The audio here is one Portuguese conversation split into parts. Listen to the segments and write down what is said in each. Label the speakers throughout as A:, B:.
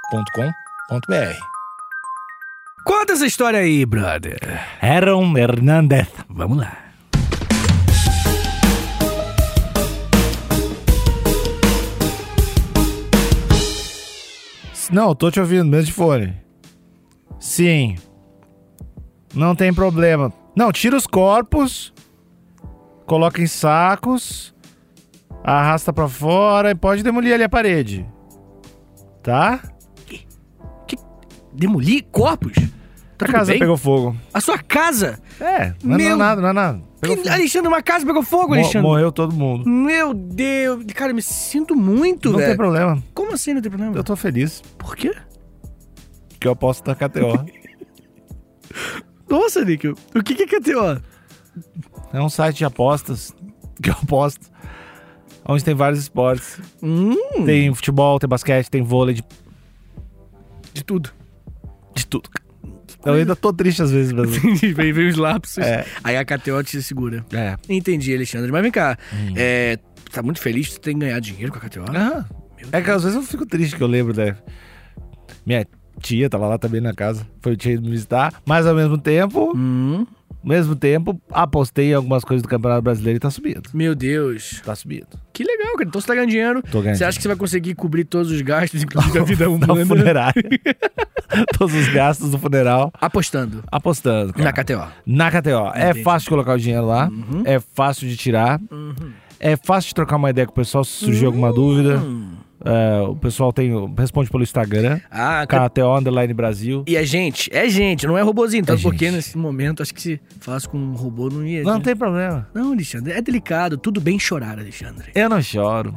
A: agenciadepodcast.com.br.
B: Conta essa história aí, brother.
C: Aaron Hernandez.
B: Vamos lá.
C: Não, tô te ouvindo, mesmo de fone. Sim. Não tem problema. Não, tira os corpos, coloca em sacos, arrasta pra fora e pode demolir ali a parede. Tá?
B: Demolir corpos?
C: A
B: Tá tudo
C: casa
B: bem?
C: pegou fogo.
B: A sua casa?
C: É, não é, não é
B: Meu-
C: nada, não é nada. Pegou
B: Que-
C: fogo.
B: Alexandre, uma casa pegou fogo,
C: Mo-
B: Alexandre.
C: Morreu todo mundo.
B: Meu Deus. Cara, eu me sinto muito,
C: não tem
B: velho.
C: problema.
B: Como assim não tem problema?
C: Eu tô feliz
B: Por quê?
C: que eu aposto da KTO.
B: Nossa, Nick, o que que é KTO?
C: é um site de apostas que eu aposto. Onde tem vários esportes.
B: Hum,
C: Tem futebol, tem basquete, tem vôlei, de,
B: de tudo.
C: de tudo. Eu ainda tô triste às vezes mesmo.
B: vem, vem os lapsos.
C: É.
B: Aí a KTO te segura.
C: É.
B: Entendi, Alexandre. Mas vem cá. É, tá muito feliz? Tu tem que ganhar dinheiro com a KTO?
C: Aham. É que às vezes eu fico triste que eu lembro da. Minha tia tava lá também na casa. Foi tia me visitar. Mas ao mesmo tempo,
B: Hum,
C: mesmo tempo, apostei em algumas coisas do Campeonato Brasileiro e tá subindo.
B: meu Deus.
C: Tá subindo.
B: Que legal, cara. Então você tá ganhando dinheiro.
C: Tô ganhando Tá
B: Você acha que você vai conseguir cobrir todos os gastos, inclusive a vida é um
C: Na
B: humana?
C: funerária. Todos os gastos do funeral.
B: Apostando
C: Apostando.
B: na
C: Cara.
B: KTO.
C: Na KTO. É
B: Entendi. Uhum.
C: fácil de colocar o dinheiro lá. É fácil de tirar. É fácil de trocar uma ideia com o pessoal se surgir
B: Hum.
C: alguma dúvida. É, o pessoal tem, responde pelo Instagram.
B: Ah, cara.
C: KTO Underline Brasil.
B: E é gente, é gente, não é robozinho. Então,
C: É
B: porque
C: gente.
B: nesse momento, acho que se falasse com um robô, não ia.
C: Não tem problema.
B: Não, Alexandre, é delicado. Tudo bem chorar, Alexandre.
C: Eu não choro.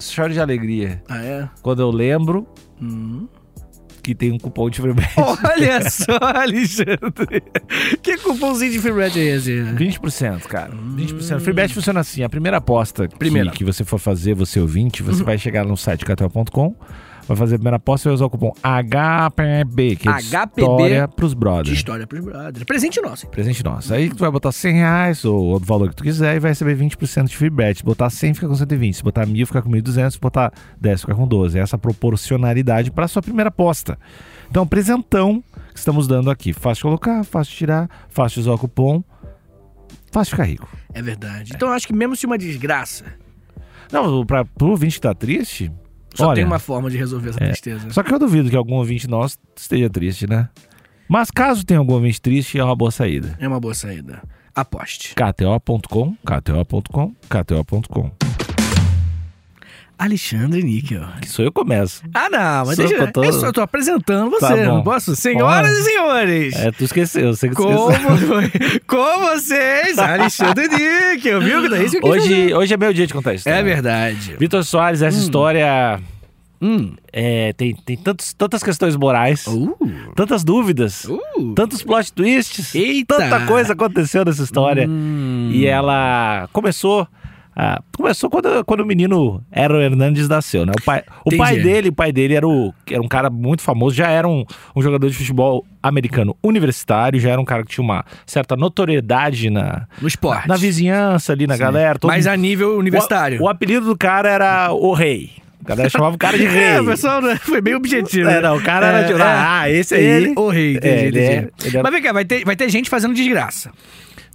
C: Choro de alegria.
B: Ah, é?
C: Quando eu lembro
B: Hum.
C: que tem um cupom de free bet.
B: Olha só, Alexandre. Que cupomzinho de Freebet é esse?
C: 20%, cara. 20%. Free bet funciona assim. A primeira aposta que-
B: Primeira. Uhum.
C: Que, você for fazer, você ouvinte, você vai chegar no site catel.com, vai fazer a primeira aposta e vai usar o cupom HPB, que é
B: HPB.
C: história pros
B: De
C: brothers.
B: história pros brothers. Presente nosso.
C: Presente nosso. Aí tu vai botar 100 reais ou o valor que tu quiser e vai receber 20% de free bet. Se botar 100, fica com 120. Se botar 1.000, fica com 1.200. Se botar 10, fica com 12. Essa proporcionalidade para sua primeira aposta. Então, presentão que estamos dando aqui. Fácil de colocar, fácil de tirar, fácil de usar o cupom. Fácil de ficar rico.
B: É verdade. Então, eu acho que mesmo se uma desgraça,
C: Não, pra, pro ouvinte que tá triste...
B: só
C: olha, É.
B: tem uma forma de resolver essa tristeza.
C: Só que eu duvido que algum ouvinte nosso esteja triste, né? Mas caso tenha algum ouvinte triste, é uma boa saída.
B: É uma boa saída. Aposte.
C: KTO.com, KTO.com, KTO.com.
B: Alexandre Níquel.
C: Que sou eu que começo.
B: Ah, não, mas
C: Sou
B: deixa
C: eu que tô-
B: eu. é Só tô apresentando você,
C: Tá bom.
B: não posso? Senhoras e senhores!
C: É, tu esqueceu, você que
B: Como,
C: esqueceu.
B: com vocês, Alexandre Níquel, viu? É isso que eu quis dizer.
C: Hoje, hoje é meu dia de contar isso.
B: É verdade.
C: Vitor Soares, essa história
B: Hum.
C: é, tem, tem tantos, tantas questões morais,
B: Uh,
C: tantas dúvidas,
B: uh.
C: tantos plot twists,
B: Eita.
C: tanta coisa aconteceu nessa história.
B: Hum.
C: E ela começou. ah, começou quando, quando o menino Aaron Hernandes nasceu, né? O pai, o
B: Entendi.
C: pai dele, o pai dele era, o, era um cara muito famoso, já era um, um jogador de futebol americano universitário, já era um cara que tinha uma certa notoriedade na,
B: No esporte.
C: na vizinhança ali, na galera. todo
B: Mas
C: mundo-
B: a nível universitário.
C: O, o apelido do cara era o rei. A galera chamava o cara de rei.
B: É, o pessoal né, foi bem objetivo. né?
C: É, não, o cara era tipo, ah, esse aí-
B: Ele, o rei, entendi,
C: É, ele é-
B: entendi.
C: ele é-
B: Mas vem cá, vai ter, vai ter gente fazendo desgraça.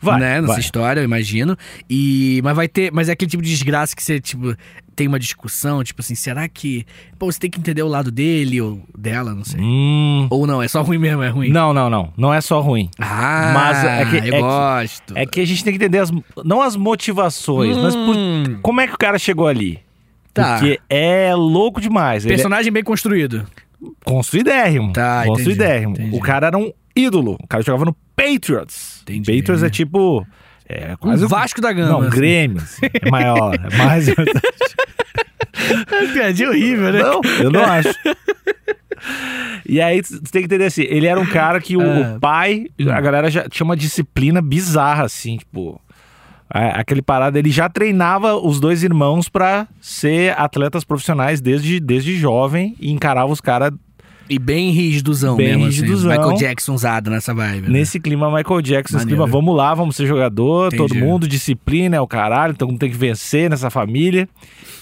C: Vai,
B: né, nessa
C: vai.
B: história, eu imagino. E, mas vai ter. Mas é aquele tipo de desgraça que você, tipo, tem uma discussão, tipo assim, será que. Pô, você tem que entender o lado dele ou dela, não sei.
C: Hum,
B: Ou não, é só ruim mesmo, é ruim.
C: não, não, não. Não é só ruim.
B: Ah,
C: Mas é que-
B: eu
C: é que-
B: gosto.
C: É que a gente tem que entender as, não as motivações, mas por-
B: Hum,
C: como é que o cara chegou ali.
B: Tá.
C: Porque é louco demais. Ele é
B: Personagem bem construído.
C: construidérrimo.
B: Tá, entendi,
C: construidérrimo.
B: entendi.
C: O cara era um ídolo. O cara jogava no Patriots.
B: Entendi. Um
C: Patriots é tipo... É quase
B: o Vasco da Gama.
C: Não, Grêmio. assim, é maior. É mais...
B: Piadinha horrível, né?
C: Não, eu não acho. E aí, tu tem que entender assim, ele era um cara que o,
B: Ah.
C: o pai, a galera já tinha uma disciplina bizarra, assim, tipo. a- Aquele parada, ele já treinava os dois irmãos pra ser atletas profissionais desde, desde jovem e encarava os caras
B: E bem rígidozão
C: Bem
B: mesmo,
C: rigidozão.
B: assim. Michael Jackson usado nessa vibe. né?
C: Nesse clima Michael Jackson, nesse
B: Maneiro.
C: clima vamos lá, vamos ser jogador,
B: Entendi.
C: todo mundo, disciplina é o caralho, todo mundo tem que vencer nessa família.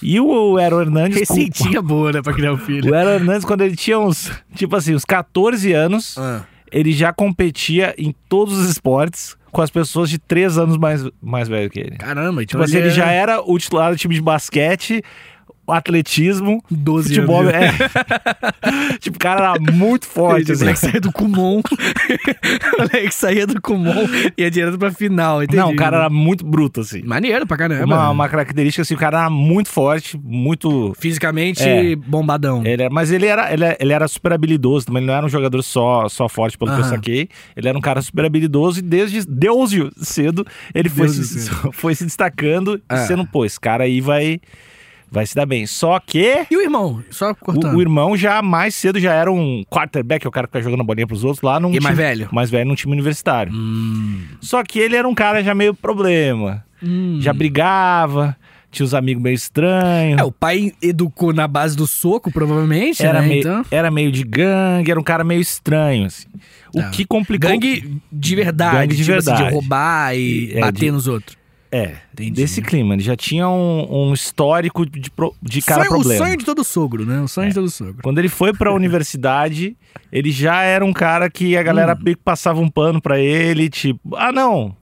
C: E o Ero Hernandes... com-
B: Receitinha boa, né, pra criar um filho.
C: O Ero Hernandes, quando ele tinha uns, tipo assim, uns 14 anos,
B: Ah,
C: ele já competia em todos os esportes com as pessoas de 3 anos mais, mais velho que ele.
B: caramba, então
C: Tipo assim, ele
B: é
C: já era o titular do time de basquete, atletismo,
B: 12
C: futebol.
B: anos.
C: É. tipo, o cara era muito forte,
B: O
C: assim.
B: moleque saía do Kumon. o moleque saía do Kumon e ia direto pra final, entendeu?
C: Não, o cara era muito bruto, assim.
B: Maneiro pra caramba.
C: Uma, uma característica assim, o cara era muito forte, muito.
B: Fisicamente
C: É.
B: bombadão.
C: Ele era- mas ele era, ele, era- ele era super habilidoso também, ele não era um jogador só, só forte, pelo que eu
B: Aham.
C: saquei. Ele era um cara super habilidoso e desde Deus cedo ele foi
B: Desde
C: se, foi se destacando
B: Ah.
C: e sendo, pô, esse cara aí vai, vai se dar bem. Só que.
B: E o irmão? Só cortando.
C: O, o irmão já mais cedo já era um quarterback, é o cara que fica jogando a bolinha pros outros lá num
B: E
C: time-
B: mais velho?
C: mais velho num time universitário.
B: Hum.
C: Só que ele era um cara já meio problema. Já
B: Hum.
C: brigava, tinha os amigos meio estranhos.
B: É, o pai educou na base do soco, provavelmente,
C: era,
B: né?
C: meio,
B: Então...
C: era meio de gangue, era um cara meio estranho, assim. O
B: Tá.
C: que complicou.
B: Gangue de verdade.
C: Gangue de
B: tipo assim,
C: verdade.
B: de roubar e
C: É,
B: bater
C: de-
B: nos outros.
C: É,
B: Entendi.
C: desse clima. Ele já tinha um, um histórico de, pro- de cara
B: sonho,
C: problema. É.
B: O sonho de todo sogro, né? O sonho de todo sogro.
C: Quando ele foi pra universidade, ele já era um cara que a galera
B: Hum.
C: meio que passava um pano pra ele, tipo, ah, não,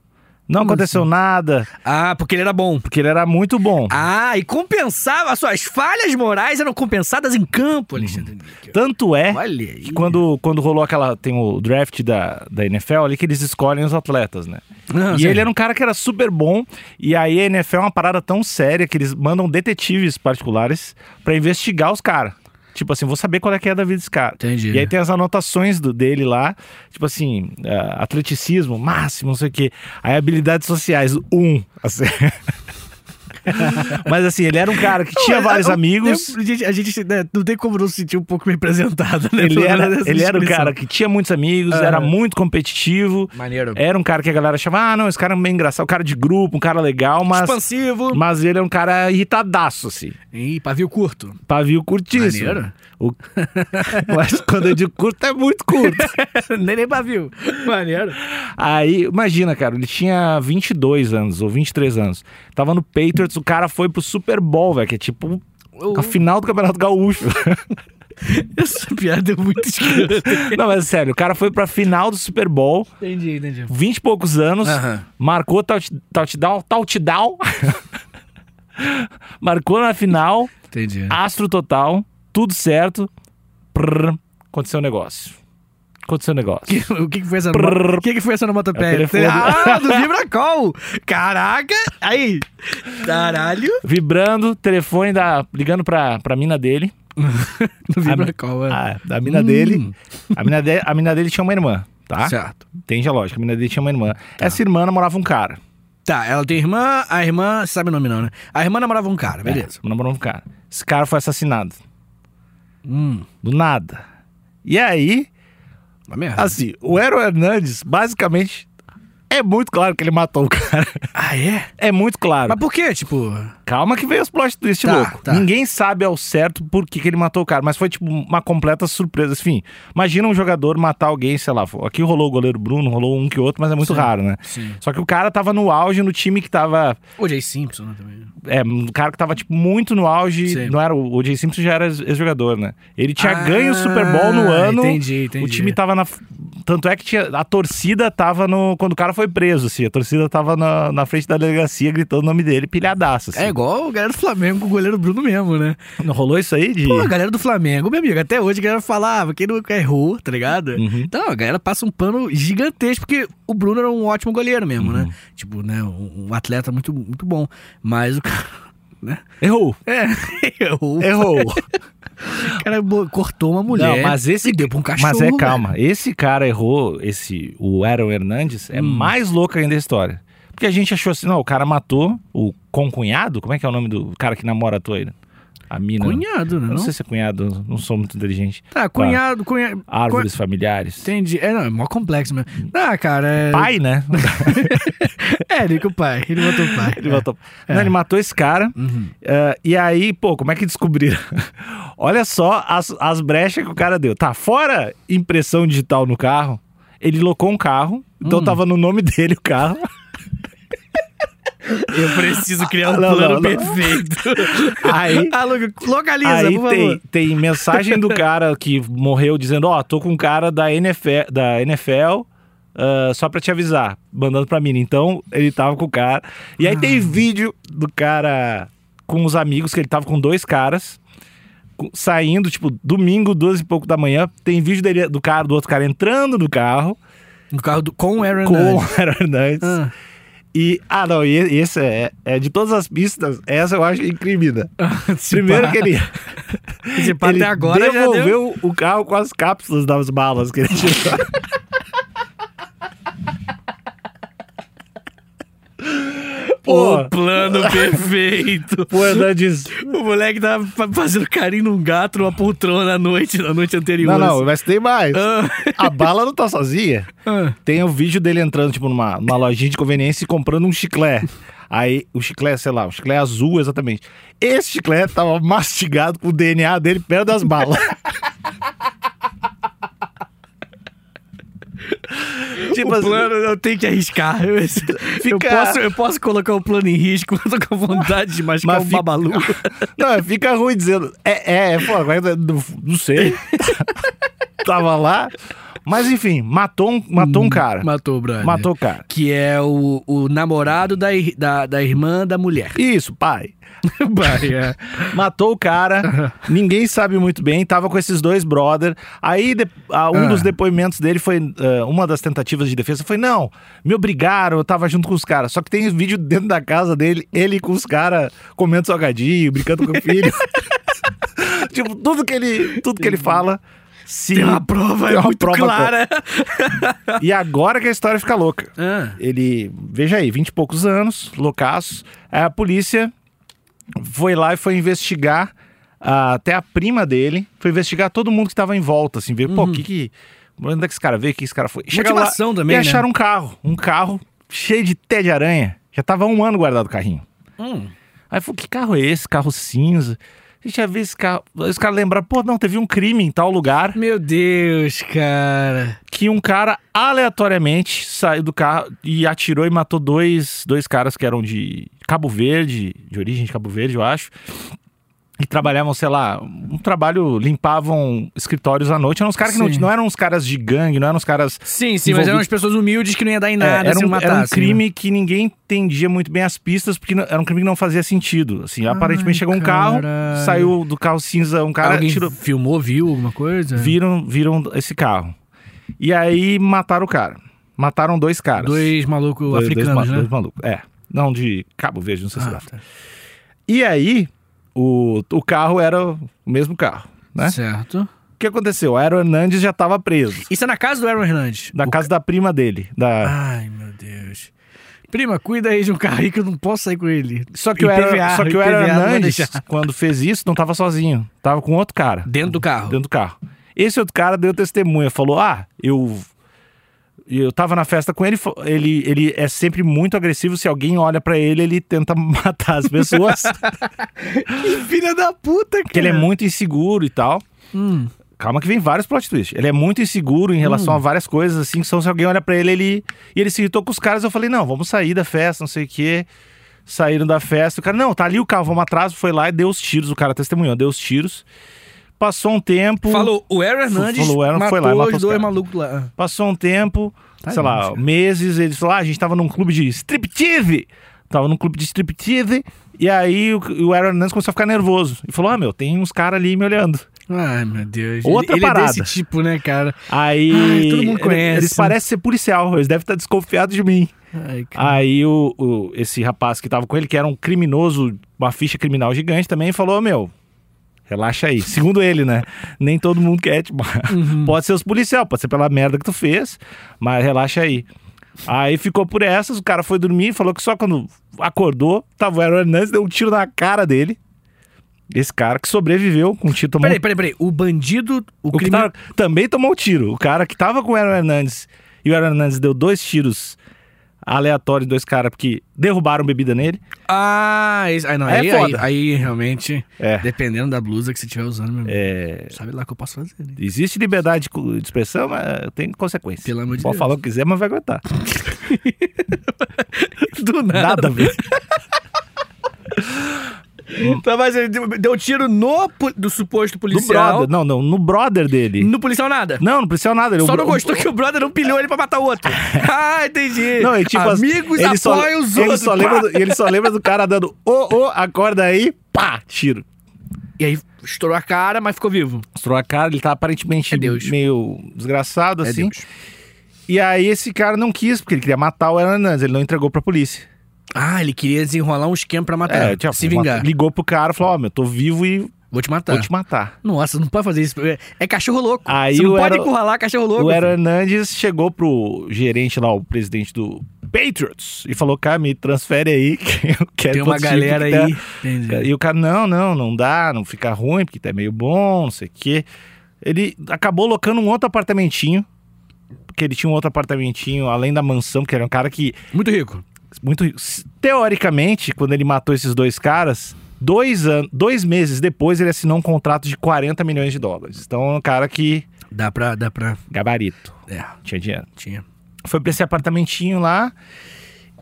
C: não
B: Como
C: aconteceu nada,
B: Ah, porque ele era bom.
C: porque ele era muito bom.
B: Ah, e compensava. As suas falhas morais eram compensadas em campo, Alexandre. Níquel.
C: Tanto é
B: Olha aí.
C: que quando, quando rolou aquela. Tem o draft da, da NFL ali que eles escolhem os atletas, né?
B: Não,
C: e
B: sério.
C: ele era um cara que era super bom. E aí a NFL é uma parada tão séria que eles mandam detetives particulares pra investigar os caras. Tipo assim, vou saber qual é que é da vida desse cara.
B: Entendi.
C: E aí tem as anotações do, dele lá, tipo assim, ah, atleticismo, máximo, não sei o quê. Aí habilidades sociais, um. assim. Mas assim, ele era um cara que tinha
B: Não, é
C: vários
B: eu- eu-
C: amigos.
B: eu- gente, a gente né, não tem como não se sentir um pouco representado, né?
C: Ele
B: Pelo
C: era,
B: menos nessa
C: ele era um
B: descrição.
C: cara que tinha muitos amigos, era muito competitivo.
B: Maneiro.
C: Era um cara que a galera chamava, ah, não, esse cara é meio engraçado, um cara de grupo, um cara legal, mas,
B: Expansivo.
C: mas ele é um cara irritadaço, assim.
B: Ih, pavio curto.
C: Pavio curtíssimo.
B: Maneiro.
C: O-
B: É,
C: mas quando eu digo curto, é muito curto.
B: nem, nem pavio. Maneiro.
C: Aí, imagina, cara, ele tinha 22 anos ou 23 anos. Tava no Patriots, o cara foi pro Super Bowl, velho, que é tipo a final do Campeonato Gaúcho.
B: Essa piada é muito escrota.
C: Não, mas sério, o cara foi pra final do Super Bowl,
B: Entendi, entendi.
C: 20 e poucos anos,
B: Aham.
C: marcou touch- touchdown, touchdown, marcou na final,
B: Entendi.
C: astro total, tudo certo, Prrr, aconteceu um negócio. Aconteceu um negócio.
B: Que- O que, que foi essa noma- O que, que foi essa
C: É o
B: onomatopeia?
C: telefone.
B: ah, do Vibracol! Caraca! Aí! Caralho!
C: Vibrando, telefone da, ligando pra, pra mina dele.
B: Do Vibracol, é.
C: Ah, da mina
B: Hum.
C: dele. A mina, de- a mina dele tinha uma irmã, tá?
B: Certo.
C: Entende a lógica. A mina dele tinha uma irmã. Essa irmã namorava um cara.
B: Tá, ela tem irmã, a irmã. Você sabe o nome não, né? A irmã namorava um cara, beleza.
C: É, namorava um cara. Esse cara foi assassinado.
B: Hum,
C: Do nada. E aí,
B: uma merda.
C: assim, o Ero Hernandes, basicamente, é muito claro que ele matou o cara.
B: Ah, é?
C: É muito claro.
B: Mas por quê? Tipo.
C: Calma que veio os plot twist
B: Tá,
C: louco.
B: tá.
C: Ninguém sabe ao certo por que, que ele matou o cara, mas foi tipo uma completa surpresa. Enfim, imagina um jogador matar alguém, sei lá, aqui rolou o goleiro Bruno, rolou um que outro, mas é muito
B: Sim.
C: raro, né?
B: Sim.
C: Só que o cara tava no auge no time que tava.
B: O Jay Simpson, né? Também.
C: É, um cara que tava, tipo, muito no auge.
B: Sim.
C: Não era o o Jay Simpson já era ex-jogador, né? Ele tinha
B: Ah,
C: ganho o Super Bowl no ano.
B: entendi, entendi.
C: O time tava na. Tanto é que tinha, a torcida tava no. Quando o cara foi preso, assim, a torcida tava na, na frente da delegacia gritando o nome dele, pilhadaço. Assim.
B: É igual a galera do Flamengo com o goleiro Bruno mesmo, né?
C: Não rolou isso aí de.
B: Pô, a galera do Flamengo, meu amigo, até hoje a galera falava, quem nunca errou, tá ligado? Então, a galera passa um pano gigantesco, porque o Bruno era um ótimo goleiro mesmo, né? Tipo, né, um, um atleta muito, muito bom. Mas o cara, né?
C: Errou.
B: É, errou.
C: Errou.
B: O cara bo- cortou uma mulher.
C: Não, mas esse-
B: E deu pra um cachorro.
C: Mas é
B: velho.
C: calma. Esse cara errou, esse o Aaron Hernandes,
B: Hum.
C: é mais louco ainda a história. Porque a gente achou assim, não, o cara matou o concunhado, como é que é o nome do cara que namora a tua aí? a mina.
B: Cunhado, né?
C: Eu
B: Não?
C: não sei se é cunhado, não sou muito inteligente.
B: Tá, cunhado, cunhado.
C: Árvores familiares.
B: Entendi. É, não, é mó complexo mesmo. Ah, cara. É...
C: Pai, né?
B: É, ele com o pai. Ele matou o pai. Uhum.
C: Ele matou. Não,
B: É.
C: ele matou esse cara. eh, e aí, pô, como é que descobriram? Olha só as, as brechas que o cara deu. Tá, fora impressão digital no carro, ele locou um carro, então tava no nome dele o carro.
B: Eu preciso criar
C: um plano
B: perfeito.
C: Aí,
B: ah, localiza,
C: aí
B: por
C: tem,
B: favor.
C: tem mensagem do cara que morreu dizendo: Ó, tô com um cara da NFL, da NFL ah, só pra te avisar, mandando pra mim. Então ele tava com o cara. E aí
B: Ah.
C: tem vídeo do cara com os amigos, que ele tava com dois caras. com- Saindo, tipo, domingo, duas e pouco da manhã, tem vídeo dele, do cara, do outro cara entrando no carro
B: No carro do, com o Aaron
C: com o
B: Hernandez.
C: Aaron Hernandes.
B: Ah.
C: E, ah, não, e e esse é, é de todas as pistas, essa eu acho incrível. né?
B: Ah. Se
C: Primeiro
B: pá.
C: que ele,
B: Se pá,
C: ele
B: até agora já deu.
C: devolveu o carro com as cápsulas das balas que ele tirou.
B: O
C: pô,
B: plano perfeito.
C: pô, Hernandes.
B: O moleque tava fa- fazendo carinho num gato numa poltrona na noite, na noite
C: Não,
B: anterior.
C: não, mas tem mais.
B: Ah.
C: A bala não tá sozinha.
B: Ah.
C: Tem o vídeo dele entrando, tipo, numa, numa lojinha de conveniência e comprando um chiclé. Aí, o chiclé, sei lá, o chiclé azul, exatamente. Esse chiclé tava mastigado com o DNA dele perto das balas. tipo
B: o plano eu tenho que arriscar. Eu, eu
C: Fica-
B: posso, eu posso colocar o plano em risco, eu tô com vontade de machucar
C: Mas
B: o
C: fica-
B: um babalu.
C: Não, fica ruim dizendo. É, é, é, pô, agora não, não sei. Tava lá. Mas enfim, matou um, matou um cara.
B: Hum, Matou né? o brother.
C: Matou o cara.
B: Que é o, o namorado da, ir- da, da irmã da mulher.
C: Isso, pai. é.
B: Bahia.
C: Matou o cara, ninguém sabe muito bem, tava com esses dois brother. Aí de- ah, um
B: Ah.
C: dos depoimentos dele foi, ah, uma das tentativas de defesa foi, não, me obrigaram, eu tava junto com os caras. Só que tem vídeo dentro da casa dele, ele com os caras comendo salgadinho, brincando com o filho. tipo, tudo que ele, tudo que ele fala... Se...
B: Tem uma prova,
C: Tem
B: é
C: uma
B: muito
C: prova
B: clara.
C: E agora que a história fica louca.
B: Ah,
C: Ele, veja aí, 20 e poucos anos, loucaço. Aí A polícia foi lá e foi investigar ah, até a prima dele, foi investigar todo mundo que estava em volta, assim, ver, pô, o
B: Uhum.
C: que que. Onde é que esse cara veio? O que esse cara foi?
B: Motivação
C: e
B: também, né?
C: acharam um carro, um carro cheio de té de aranha. Já tava há um ano guardado o carrinho.
B: hum.
C: Aí falou, que carro é esse? Carro cinza. A gente já viu esse carro. Aí Os caras lembraram, pô, não, teve um crime em tal lugar
B: Meu Deus, cara.
C: que um cara aleatoriamente saiu do carro e atirou e matou dois, dois caras que eram de Cabo Verde, de origem de Cabo Verde, eu acho. E trabalhavam, sei lá, um trabalho, limpavam escritórios à noite. Eram uns caras que não,
B: Sim.
C: não eram uns caras de gangue, não eram uns caras.
B: Sim, sim, mas
C: Envolvido-
B: eram as pessoas humildes que não ia dar em
C: É,
B: nada
C: era,
B: se
C: um,
B: não
C: era um
B: matasse. né?
C: crime que ninguém entendia muito bem as pistas, porque não- era um crime que não fazia sentido. Assim, aparentemente chegou um carro,
B: caralho.
C: saiu do carro cinza, um cara
B: Alguém
C: tirou.
B: filmou, viu alguma coisa?
C: Viram, viram esse carro. E aí mataram o cara. Mataram dois caras.
B: Dois malucos
C: Dois- dois
B: africanos,
C: ma-
B: né?
C: dois malucos. É. Não, de Cabo Verde, não sei se
B: Ah,
C: dá.
B: tá.
C: E aí, o, o carro era o mesmo carro, né?
B: Certo.
C: O que aconteceu? O Aero Hernandes já estava preso.
B: Isso é na casa do Aaron Hernandes?
C: Na
B: O- Ah.
C: casa da prima dele. Da...
B: Ai, meu Deus. Prima, cuida aí de um carro aí que eu não posso sair com ele.
C: Só que o Aero,
B: IPVA,
C: só que o
B: IPVA,
C: Aero
B: não vai
C: Hernandes,
B: deixar.
C: quando fez isso, não estava sozinho. Tava com outro cara.
B: Dentro do carro.
C: dentro do carro. Esse outro cara deu testemunha, falou: Ah, eu. Eu tava na festa com ele, fo- ele, ele é sempre muito agressivo. Se alguém olha pra ele, ele tenta matar as pessoas.
B: Que filha da puta, cara.
C: porque ele é muito inseguro e tal.
B: Hum.
C: Calma que vem vários plot twists. Ele é muito inseguro em relação a várias coisas, assim, que são se alguém olha pra ele, ele... E ele se irritou com os caras, eu falei, não, vamos sair da festa, não sei o quê. Saíram da festa, o cara, não, tá ali o carro, vamos atrás. Foi lá e deu os tiros, o cara testemunhou, deu os tiros. Passou um tempo...
B: Falou, o Aaron Hernandes
C: Falou, o Aaron
B: matou,
C: foi lá e matou
B: os
C: os
B: dois
C: caras.
B: malucos lá.
C: Passou um tempo,
B: Tá
C: sei
B: bem,
C: lá,
B: cara.
C: meses, eles falaram, ah, a gente tava num clube de striptease. Tava num clube de striptease. E aí o, o Aaron Hernandes começou a ficar nervoso. E falou, ah, meu, tem uns caras ali me olhando.
B: Ai, meu Deus.
C: Outra
B: ele, ele
C: parada.
B: é desse tipo, né, cara?
C: Aí...
B: Ai, todo mundo
C: ele-
B: conhece,
C: Eles
B: né?
C: parecem ser policial, eles devem estar desconfiados de mim.
B: Ai, cara.
C: Aí o, o- esse rapaz que tava com ele, que era um criminoso, uma ficha criminal gigante também, falou, meu... Relaxa aí. Segundo ele, né? Nem todo mundo quer, tipo,
B: Uhum.
C: pode ser os policial, pode ser pela merda que tu fez, mas relaxa aí. Aí ficou por essas, o cara foi dormir, falou que só quando acordou, tava o Aaron Hernandes, deu um tiro na cara dele. Esse cara que sobreviveu com o tiro tomou.
B: Peraí, peraí, peraí. O bandido, o, tá-
C: o que
B: crime...
C: tava- também tomou um tiro. O cara que tava com o Aaron Hernandes e o Aaron Hernandes deu dois tiros aleatórios, dois caras, porque derrubaram bebida nele.
B: Ah, isso- aí, não,
C: É
B: aí,
C: foda.
B: aí- aí realmente,
C: É.
B: dependendo da blusa que você estiver usando, meu amigo,
C: É,
B: sabe lá o que eu posso fazer, né?
C: existe liberdade de co- de expressão, mas tem consequência.
B: Pelo amor de
C: Pode
B: Deus.
C: falar o que quiser, mas vai aguentar.
B: Do
C: Nada a ver.
B: Tá, mas ele deu- deu tiro no po- do suposto
C: No
B: policial.
C: brother. Não, não, no brother dele.
B: No policial nada.
C: Não, não precisa nada. ele-
B: Só
C: o-
B: não
C: o-
B: gostou que o brother não pilhou ele pra matar o outro. ah, entendi.
C: Não, ele, tipo, as-
B: Amigos
C: ele só-
B: apoiam os
C: ele
B: outros.
C: só lembra do- ele só lembra do cara dando ô, ô, acorda aí, pá, tiro.
B: E aí estourou a cara, mas ficou vivo.
C: Estourou a cara, ele tá aparentemente
B: É Deus.
C: meio desgraçado,
B: É
C: assim.
B: Deus.
C: E aí esse cara não quis, porque ele queria matar o Hernandes, ele não entregou pra polícia.
B: Ah, ele queria desenrolar um esquema pra matar.
C: tipo,
B: se vingar.
C: mat- ligou pro cara, falou, ó, meu, tô vivo e
B: Vou te matar.
C: vou te matar.
B: Nossa, não pode fazer isso. É- É cachorro louco.
C: Aí
B: Você não
C: o
B: pode
C: Ero-
B: encurralar cachorro louco.
C: o Aaron Hernandes chegou pro gerente lá, o presidente do Patriots, e falou, cara, me transfere aí, que eu quero
B: Tem uma
C: todo tipo
B: galera
C: que tá-
B: aí. Entendi.
C: E o cara, não, não, não dá, não fica ruim, porque tá meio bom, não sei o quê. Ele acabou locando um outro apartamentinho, porque ele tinha um outro apartamentinho além da mansão, que era um cara que,
B: Muito rico.
C: muito teoricamente, quando ele matou esses dois caras, dois, an- dois meses depois ele assinou um contrato de 40 milhões de dólares. Então é um cara que,
B: Dá pra, dá pra...
C: gabarito,
B: É,
C: tinha dinheiro
B: tinha.
C: foi pra esse apartamentinho lá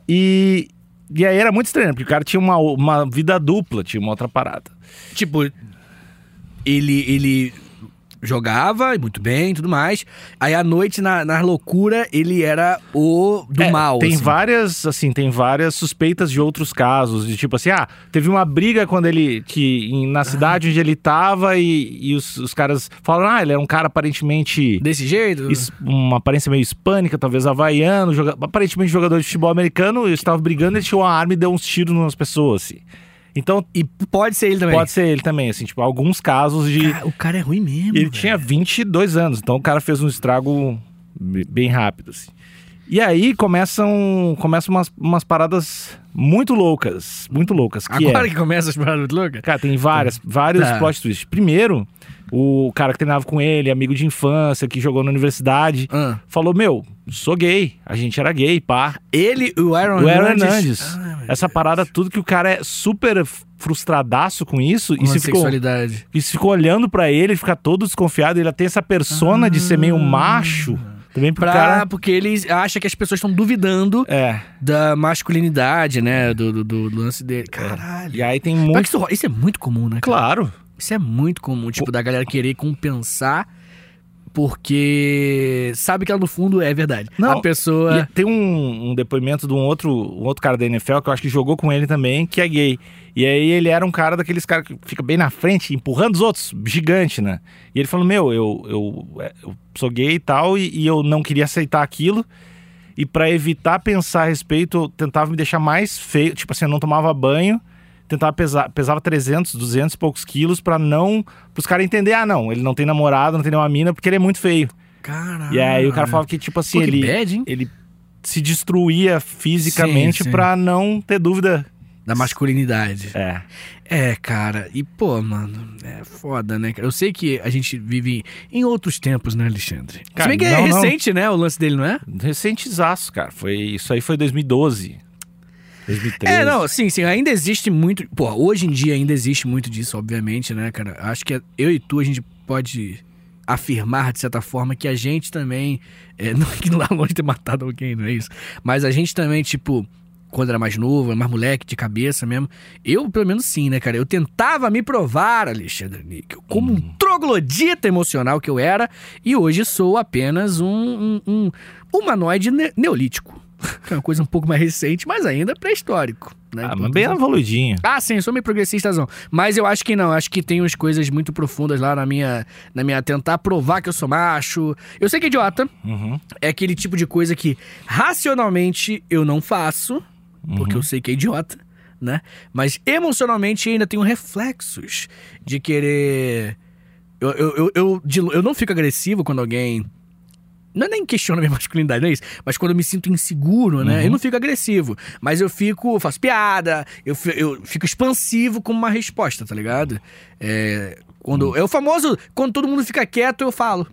C: e. E aí era muito estranho, porque o cara tinha uma, uma vida dupla, tinha uma outra parada.
B: Tipo, ele, ele jogava e muito bem e tudo mais. Aí à noite, na, na loucura, ele era o do
C: É,
B: mal.
C: Tem
B: assim.
C: várias, assim, tem várias suspeitas de outros casos, de tipo assim, ah, teve uma briga quando ele, que em- na
B: Ah.
C: cidade onde ele tava e, e os, os caras falaram, ah, ele era um cara aparentemente,
B: Desse jeito?
C: his- uma aparência meio hispânica, talvez havaiano, joga- aparentemente jogador de futebol americano, eles estavam brigando, ele tirou uma arma e deu uns tiros nas pessoas, assim. Então,
B: E pode ser ele também.
C: pode ser ele também, assim, tipo, alguns casos de...
B: Cara, o cara é ruim mesmo.
C: E ele
B: velho.
C: tinha 22 anos, então o cara fez um estrago be- bem rápido, assim. E aí começam, começam umas, umas paradas muito loucas, muito loucas. Que
B: Agora
C: é-
B: que começa as paradas muito loucas?
C: Cara, tem várias, vários
B: Tá.
C: plot twists. Primeiro, o cara que treinava com ele, amigo de infância, que jogou na universidade,
B: Ah,
C: falou, meu, sou gay, a gente era gay, pá.
B: ele, o Aaron
C: O Aaron
B: Hernandes.
C: Hernandes.
B: Ah, meu
C: Essa parada tudo que o cara é super frustradaço com isso
B: Deus.
C: e se ficou
B: sexualidade.
C: e ficou olhando pra ele, ele fica todo desconfiado. Ele tem essa persona de ser meio macho. Também pro
B: Pra,
C: cara.
B: Porque ele acha que as pessoas estão duvidando
C: É.
B: da masculinidade, né? Do, do- do lance dele. Caralho.
C: E aí tem
B: Como é
C: muito.
B: que isso, rola? isso é muito comum, né? cara?
C: Claro.
B: Isso é muito comum, tipo, da galera querer compensar porque sabe que ela no fundo é verdade.
C: Não,
B: a pessoa.
C: E tem um, um depoimento de um outro, um outro cara da NFL que eu acho que jogou com ele também, que é gay. E aí ele era um cara daqueles caras que fica bem na frente, empurrando os outros, gigante, né? E ele falou: Meu, eu, eu, é, eu sou gay e tal, e, e eu não queria aceitar aquilo. E pra evitar pensar a respeito, eu tentava me deixar mais feio. Tipo assim, eu não tomava banho, tentava pesar, pesava 300, 200 e poucos quilos pra não. pros caras entenderem: ah, não, ele não tem namorado, não tem nenhuma mina, porque ele é muito feio.
B: Caralho.
C: E aí o cara falava que, tipo assim,
B: Ah. Pô, que
C: ele
B: bad, hein?
C: ele se destruía
B: Sim,
C: fisicamente
B: sim.
C: pra não ter dúvida.
B: Da masculinidade.
C: É.
B: É, cara. E, pô, mano, é foda, né? cara? Eu sei que a gente vive em outros tempos, né, Alexandre?
C: Cara,
B: Se bem que é
C: não, não.
B: recente, né, o lance dele, não é?
C: Recentizaço, cara. Foi, isso aí foi 2012. 2013.
B: É, não, sim, sim, ainda existe muito. Pô, hoje em dia ainda existe muito disso, obviamente, né, cara? Acho que eu e tu a gente pode afirmar, de certa forma, que a gente também. É, não que lá longe ter matado alguém, não é isso? Mas a gente também, tipo. Quando era mais novo, era mais moleque, de cabeça mesmo. Eu, pelo menos, sim, né, cara? Eu tentava me provar, Alexandre Níquel, como
C: Uhum.
B: um troglodita emocional que eu era, e hoje sou apenas um, um, um humanoide ne- neolítico. Que é uma coisa um pouco mais recente, mas ainda pré-histórico. Né?
C: Ah,
B: Então,
C: mas bem evoluidinho.
B: ah, sim, eu sou meio progressistazão. Mas eu acho que não, acho que tem umas coisas muito profundas lá na minha, na minha tentar provar que eu sou macho. Eu sei que é idiota,
C: Uhum.
B: é aquele tipo de coisa que racionalmente eu não faço, porque eu sei que é idiota, né? Mas emocionalmente ainda tenho reflexos de querer. Eu, eu, eu, eu, de- eu não fico agressivo quando alguém Não é nem questiono a minha masculinidade, não é isso. Mas quando eu me sinto inseguro, né? Eu não fico agressivo. Mas eu fico. Eu faço piada, eu, fi- eu fico expansivo com uma resposta, tá ligado? É. Quando, É o famoso. Quando todo mundo fica quieto, eu falo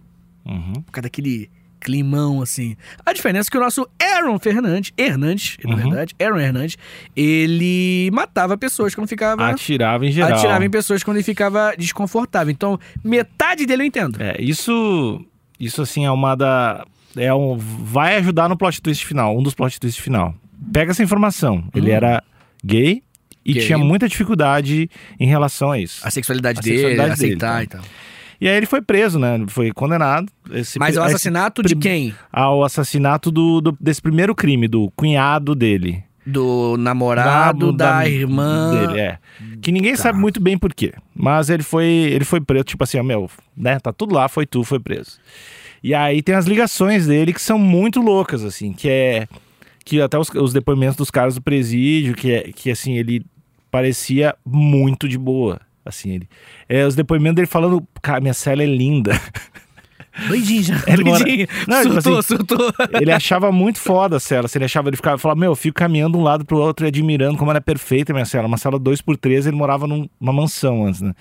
C: Uhum.
B: por causa daquele climão, assim. A diferença é que o nosso Aaron Fernandes, Hernandes, na
C: Uhum.
B: verdade, Aaron Hernandes, ele matava pessoas quando ficava.
C: Atirava em Ah, geral.
B: Atirava em pessoas quando ele ficava desconfortável. Então, metade dele eu entendo.
C: É, isso. Isso assim é uma da. É um, vai ajudar no plot twist final, um dos plot twists final. Pega essa informação. Ele era Hum. gay Ah. e
B: Gay.
C: tinha muita dificuldade em relação a isso.
B: A sexualidade
C: A
B: dele,
C: sexualidade dele,
B: aceitar
C: tá.
B: e tal.
C: E aí ele foi preso, né? Foi condenado. Esse-
B: Mas é o
C: esse-
B: assassinato de
C: prim-
B: quem?
C: ao assassinato do, do- desse primeiro crime, do cunhado dele.
B: Do namorado,
C: Nabo-
B: da, irmã. Tá.
C: Dele, é. Que ninguém sabe muito bem por quê. Mas ele foi, ele foi preso, tipo assim, ó, meu, né? Tá tudo lá, foi tu, foi preso. E aí tem as ligações dele que são muito loucas, assim, que é. Que até os, os depoimentos dos caras do presídio, que, é, que assim, ele parecia muito de boa. Assim, ele. É, os depoimentos dele falando, cara, minha cela é linda.
B: Doidinho já.
C: é. Ele mora-
B: doidinho.
C: Não, tipo
B: surtou,
C: assim,
B: surtou.
C: Ele achava muito foda a cela. assim, Ele achava, ele ficava, falava, meu, eu fico caminhando de um lado pro outro e admirando como era perfeita a minha cela. Uma cela 2x3, ele morava num- numa mansão antes, né?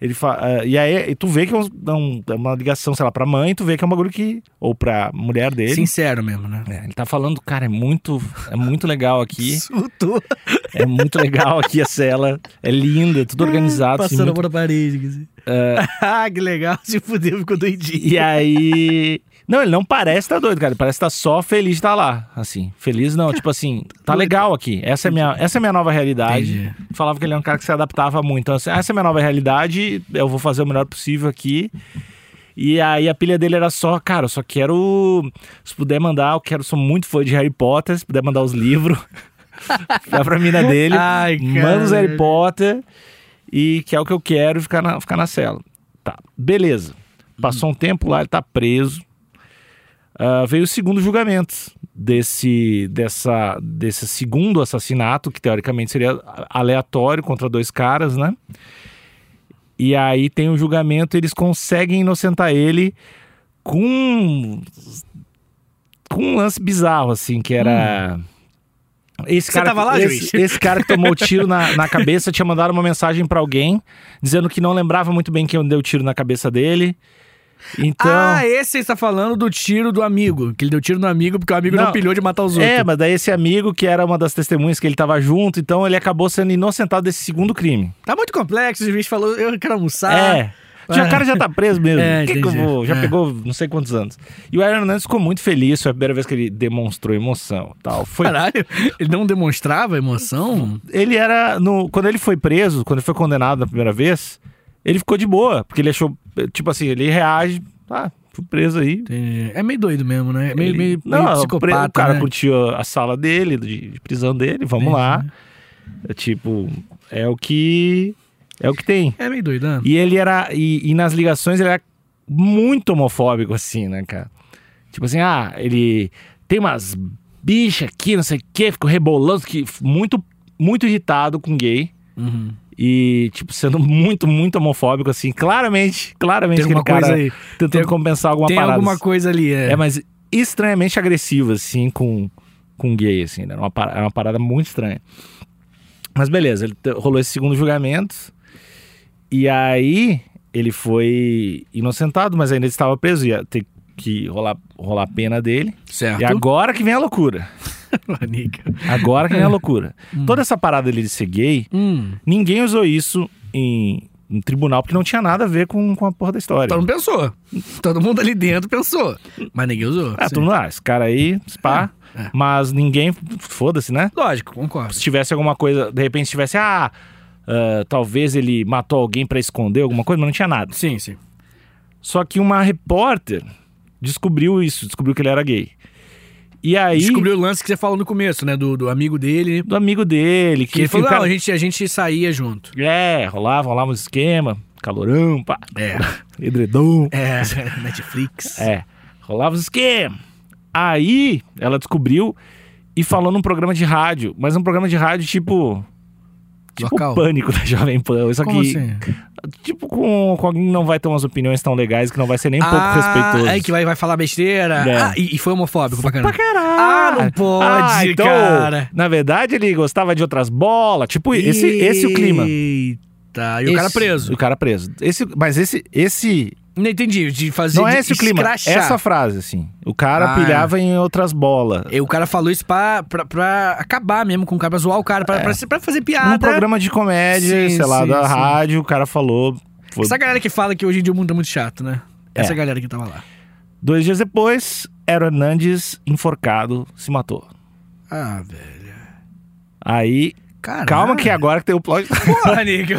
C: Ele fa... ah, E aí, e tu vê que é, um- é um- é uma ligação, sei lá, pra mãe, tu vê que é um bagulho que. Ou pra mulher dele.
B: Sincero mesmo, né?
C: É, ele tá falando, cara, é muito, é muito legal aqui.
B: Surtou.
C: É muito legal aqui a cela. É linda, tudo organizado. assim,
B: Passando a
C: muito É.
B: mão na parede. quer dizer. Ah, que legal. Se fudeu, ficou doidinho.
C: E aí. Não, ele não parece tá doido, cara. Ele parece tá só feliz de estar lá. Assim, feliz não. Tipo assim, tá legal aqui. Essa é minha, essa é minha nova realidade.
B: Entendi.
C: Falava que ele é um cara que se adaptava muito. Então, assim, essa é minha nova realidade. Eu vou fazer o melhor possível aqui. E aí a pilha dele era só, cara, eu só quero. Se puder mandar, eu quero, sou muito fã de Harry Potter, se puder mandar os livros. Dá pra mina dele.
B: Ai,
C: manda os
B: cara.
C: Harry Potter. E que é o que eu quero ficar na, ficar na cela. Tá, beleza. Passou um tempo lá, ele tá preso. Ah, veio o segundo julgamento desse, dessa, desse segundo assassinato, que teoricamente seria aleatório contra dois caras, né? E aí tem o julgamento, eles conseguem inocentar ele com, com um lance bizarro, assim, que era. Esse
B: Hum. Você tava lá,
C: esse,
B: juiz?
C: esse cara que tomou o tiro na, na cabeça tinha mandado uma mensagem pra alguém dizendo que não lembrava muito bem quem deu o tiro na cabeça dele. Então.
B: Ah, esse está falando do tiro do amigo. Que ele deu tiro no amigo porque o amigo não,
C: Não.
B: pilhou de matar os outros.
C: É, mas daí esse amigo, que era uma das testemunhas que ele tava junto, então ele acabou sendo inocentado desse segundo crime.
B: Tá muito complexo, o juiz falou, eu quero almoçar.
C: é. Já, o cara já tá preso mesmo.
B: É,
C: que que eu
B: entendi.
C: vou? Já
B: É.
C: pegou não sei quantos anos. E o Aaron Hernandes ficou muito feliz, foi a primeira vez que ele demonstrou emoção tal. Foi,
B: Caralho, ele não demonstrava emoção?
C: ele era. No, quando ele foi preso, quando ele foi condenado na primeira vez, ele ficou de boa, porque ele achou. Tipo assim, ele reage. Ah, fui preso aí.
B: Entendi. É meio doido mesmo, né? É Meio,
C: Ele-
B: meio,
C: não,
B: meio
C: o pre-
B: psicopata,
C: O cara
B: né?
C: curtiu a sala dele, de, de prisão dele, vamos
B: Entendi.
C: lá. É tipo, é o que. É o que tem.
B: É meio doido, né?
C: E ele era. E, e nas ligações ele era muito homofóbico, assim, né, cara? Tipo assim, ah, ele tem umas bichas aqui, não sei o quê, ficou rebolando, que, muito, muito irritado com gay.
B: Uhum.
C: E, tipo, sendo muito, muito homofóbico, assim. Claramente, claramente
B: Tem
C: aquele
B: alguma coisa
C: cara
B: aí.
C: tentando
B: Tem-
C: compensar alguma
B: Tem
C: parada.
B: alguma
C: assim.
B: coisa ali, é.
C: É, mas estranhamente agressivo, assim, com, com gay, assim, né? Era Uma, par- era uma parada muito estranha. Mas beleza, ele te- rolou esse segundo julgamento. E aí ele foi inocentado, mas ainda estava preso. Ia ter que rolar, rolar a pena dele.
B: Certo.
C: E agora que vem a loucura.
B: Nica.
C: Agora que vem a loucura. Toda essa parada dele de ser gay,
B: Hum.
C: ninguém usou isso em, em tribunal, porque não tinha nada a ver com, com a porra da história.
B: Todo mundo pensou. Todo mundo ali dentro pensou. Mas ninguém usou.
C: Ah,
B: Sim.
C: todo mundo, ah, esse cara aí, spa.
B: É, é.
C: Mas ninguém, foda-se, né?
B: Lógico, concordo.
C: Se tivesse alguma coisa, de repente se tivesse, ah, ah, talvez ele matou alguém pra esconder alguma coisa, mas não tinha nada.
B: Sim, sim.
C: Só que uma repórter descobriu isso, descobriu que ele era gay. E aí,
B: Descobriu o lance que você falou no começo, né? Do, do amigo dele.
C: do amigo dele, que,
B: Que ele
C: enfim,
B: falou,
C: o
B: não, a
C: cara...
B: gente, a gente saía junto.
C: É, rolava, rolava um esquema, calorão, pá,
B: É.
C: edredom.
B: É, Netflix.
C: É, rolava os esquemas. Aí ela descobriu e falou num programa de rádio, mas um programa de rádio tipo Tipo
B: Local.
C: o pânico da Jovem Pan. Só
B: Como
C: que,
B: assim?
C: tipo, com, com alguém que não vai ter umas opiniões tão legais, que não vai ser nem um pouco respeitoso.
B: Ah, Aí é que vai, vai falar besteira.
C: É.
B: Ah, e, e foi homofóbico pra caramba.
C: Pra caralho!
B: Ah, não pode,
C: Ah, então,
B: cara.
C: Na verdade, ele gostava de outras bolas. Tipo, esse, esse é o clima.
B: Eita, e o cara
C: Esse-
B: preso.
C: O cara preso. Esse, mas esse, esse
B: Não entendi, de fazer
C: não é
B: de
C: esse o clima.
B: escrachar.
C: Essa frase, assim. O cara
B: Ah.
C: pilhava em outras bolas.
B: E o cara falou isso pra, pra, pra acabar mesmo com o cara, pra zoar o cara, pra, pra, pra fazer piada.
C: É. Num Um programa de comédia,
B: Sim,
C: sei lá,
B: sim,
C: da
B: sim.
C: rádio, o cara falou. foi-
B: Essa galera que fala que hoje em dia o mundo é muito chato, né?
C: É.
B: Essa galera que tava lá.
C: Dois dias depois, Ero Hernandes, enforcado, se matou.
B: Ah, velho.
C: Aí,
B: Caralho.
C: calma que é agora que tem o plot.
B: Porra, Nico.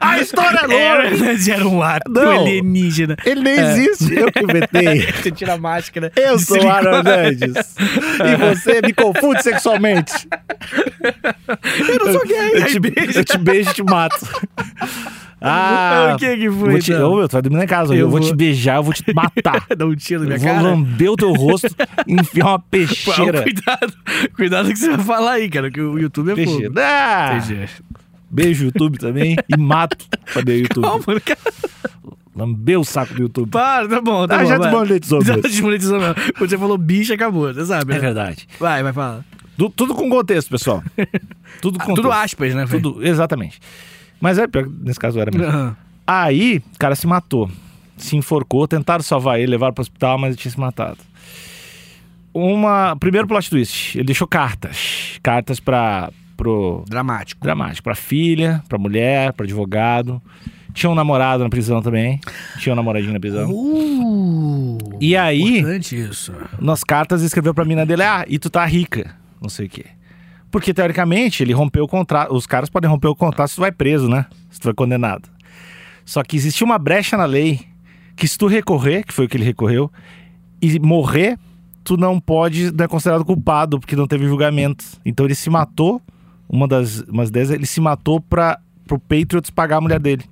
C: A história é
B: Era,
C: longa!
B: era um ato
C: Não.
B: alienígena.
C: Ele nem existe, eu que inventei.
B: Você tira a máscara.
C: Eu
B: de
C: sou um o
B: silicone.
C: Aaron Hernandes. e você me confunde sexualmente.
B: Eu não sou gay.
C: Eu te, eu te beijo e te mato. Ah,
B: o que que foi,
C: vou te,
B: então?
C: Ô, meu, tu vai dormir na casa.
B: Eu
C: Eu, vou
B: vou.
C: te beijar, eu vou te matar.
B: Dá um tiro na
C: Eu
B: minha
C: vou
B: cara.
C: lamber o teu rosto, enfiar uma
B: Pô,
C: peixeira.
B: cuidado, cuidado que você vai falar aí, cara, que o YouTube é
C: Peixeira.
B: fogo.
C: Ah,
B: Peixeira.
C: beijo o YouTube também e mato. Cadê o YouTube?
B: Não, mano, cara,
C: Lambeu o saco do YouTube.
B: para, tá bom, tá
C: Ah,
B: bom.
C: já
B: vai.
C: desmonetizou
B: Já
C: mesmo.
B: desmonetizou mesmo. Quando você falou bicho, acabou, você sabe.
C: É
B: né?
C: verdade.
B: Vai, vai falar.
C: Du- tudo com contexto, pessoal. Tudo com contexto.
B: Tudo aspas, né? velho?
C: Tudo, exatamente. Mas é pior que nesse caso era mesmo.
B: Aham.
C: Aí, o cara se matou. Se enforcou, tentaram salvar ele, levaram pro hospital, mas ele tinha se matado. Uma. Primeiro plot twist. Ele deixou cartas. Cartas pra. pro.
B: Dramático.
C: Dramático. Pra filha, pra mulher, pra advogado. Tinha um namorado na prisão também. Tinha um namoradinho na prisão.
B: Uh,
C: E aí,
B: importante isso.
C: nas cartas, ele escreveu pra mina dele: Ah, e tu tá rica. Não sei o quê. Porque, teoricamente, ele rompeu o contrato. Os caras podem romper o contrato se tu vai preso, né? Se tu vai condenado. Só que existia uma brecha na lei que, se tu recorrer, que foi o que ele recorreu, e morrer, tu não pode, não é considerado culpado, porque não teve julgamento. Então ele se matou, uma das umas dez, ele se matou pra, pro Patriots pagar a mulher dele.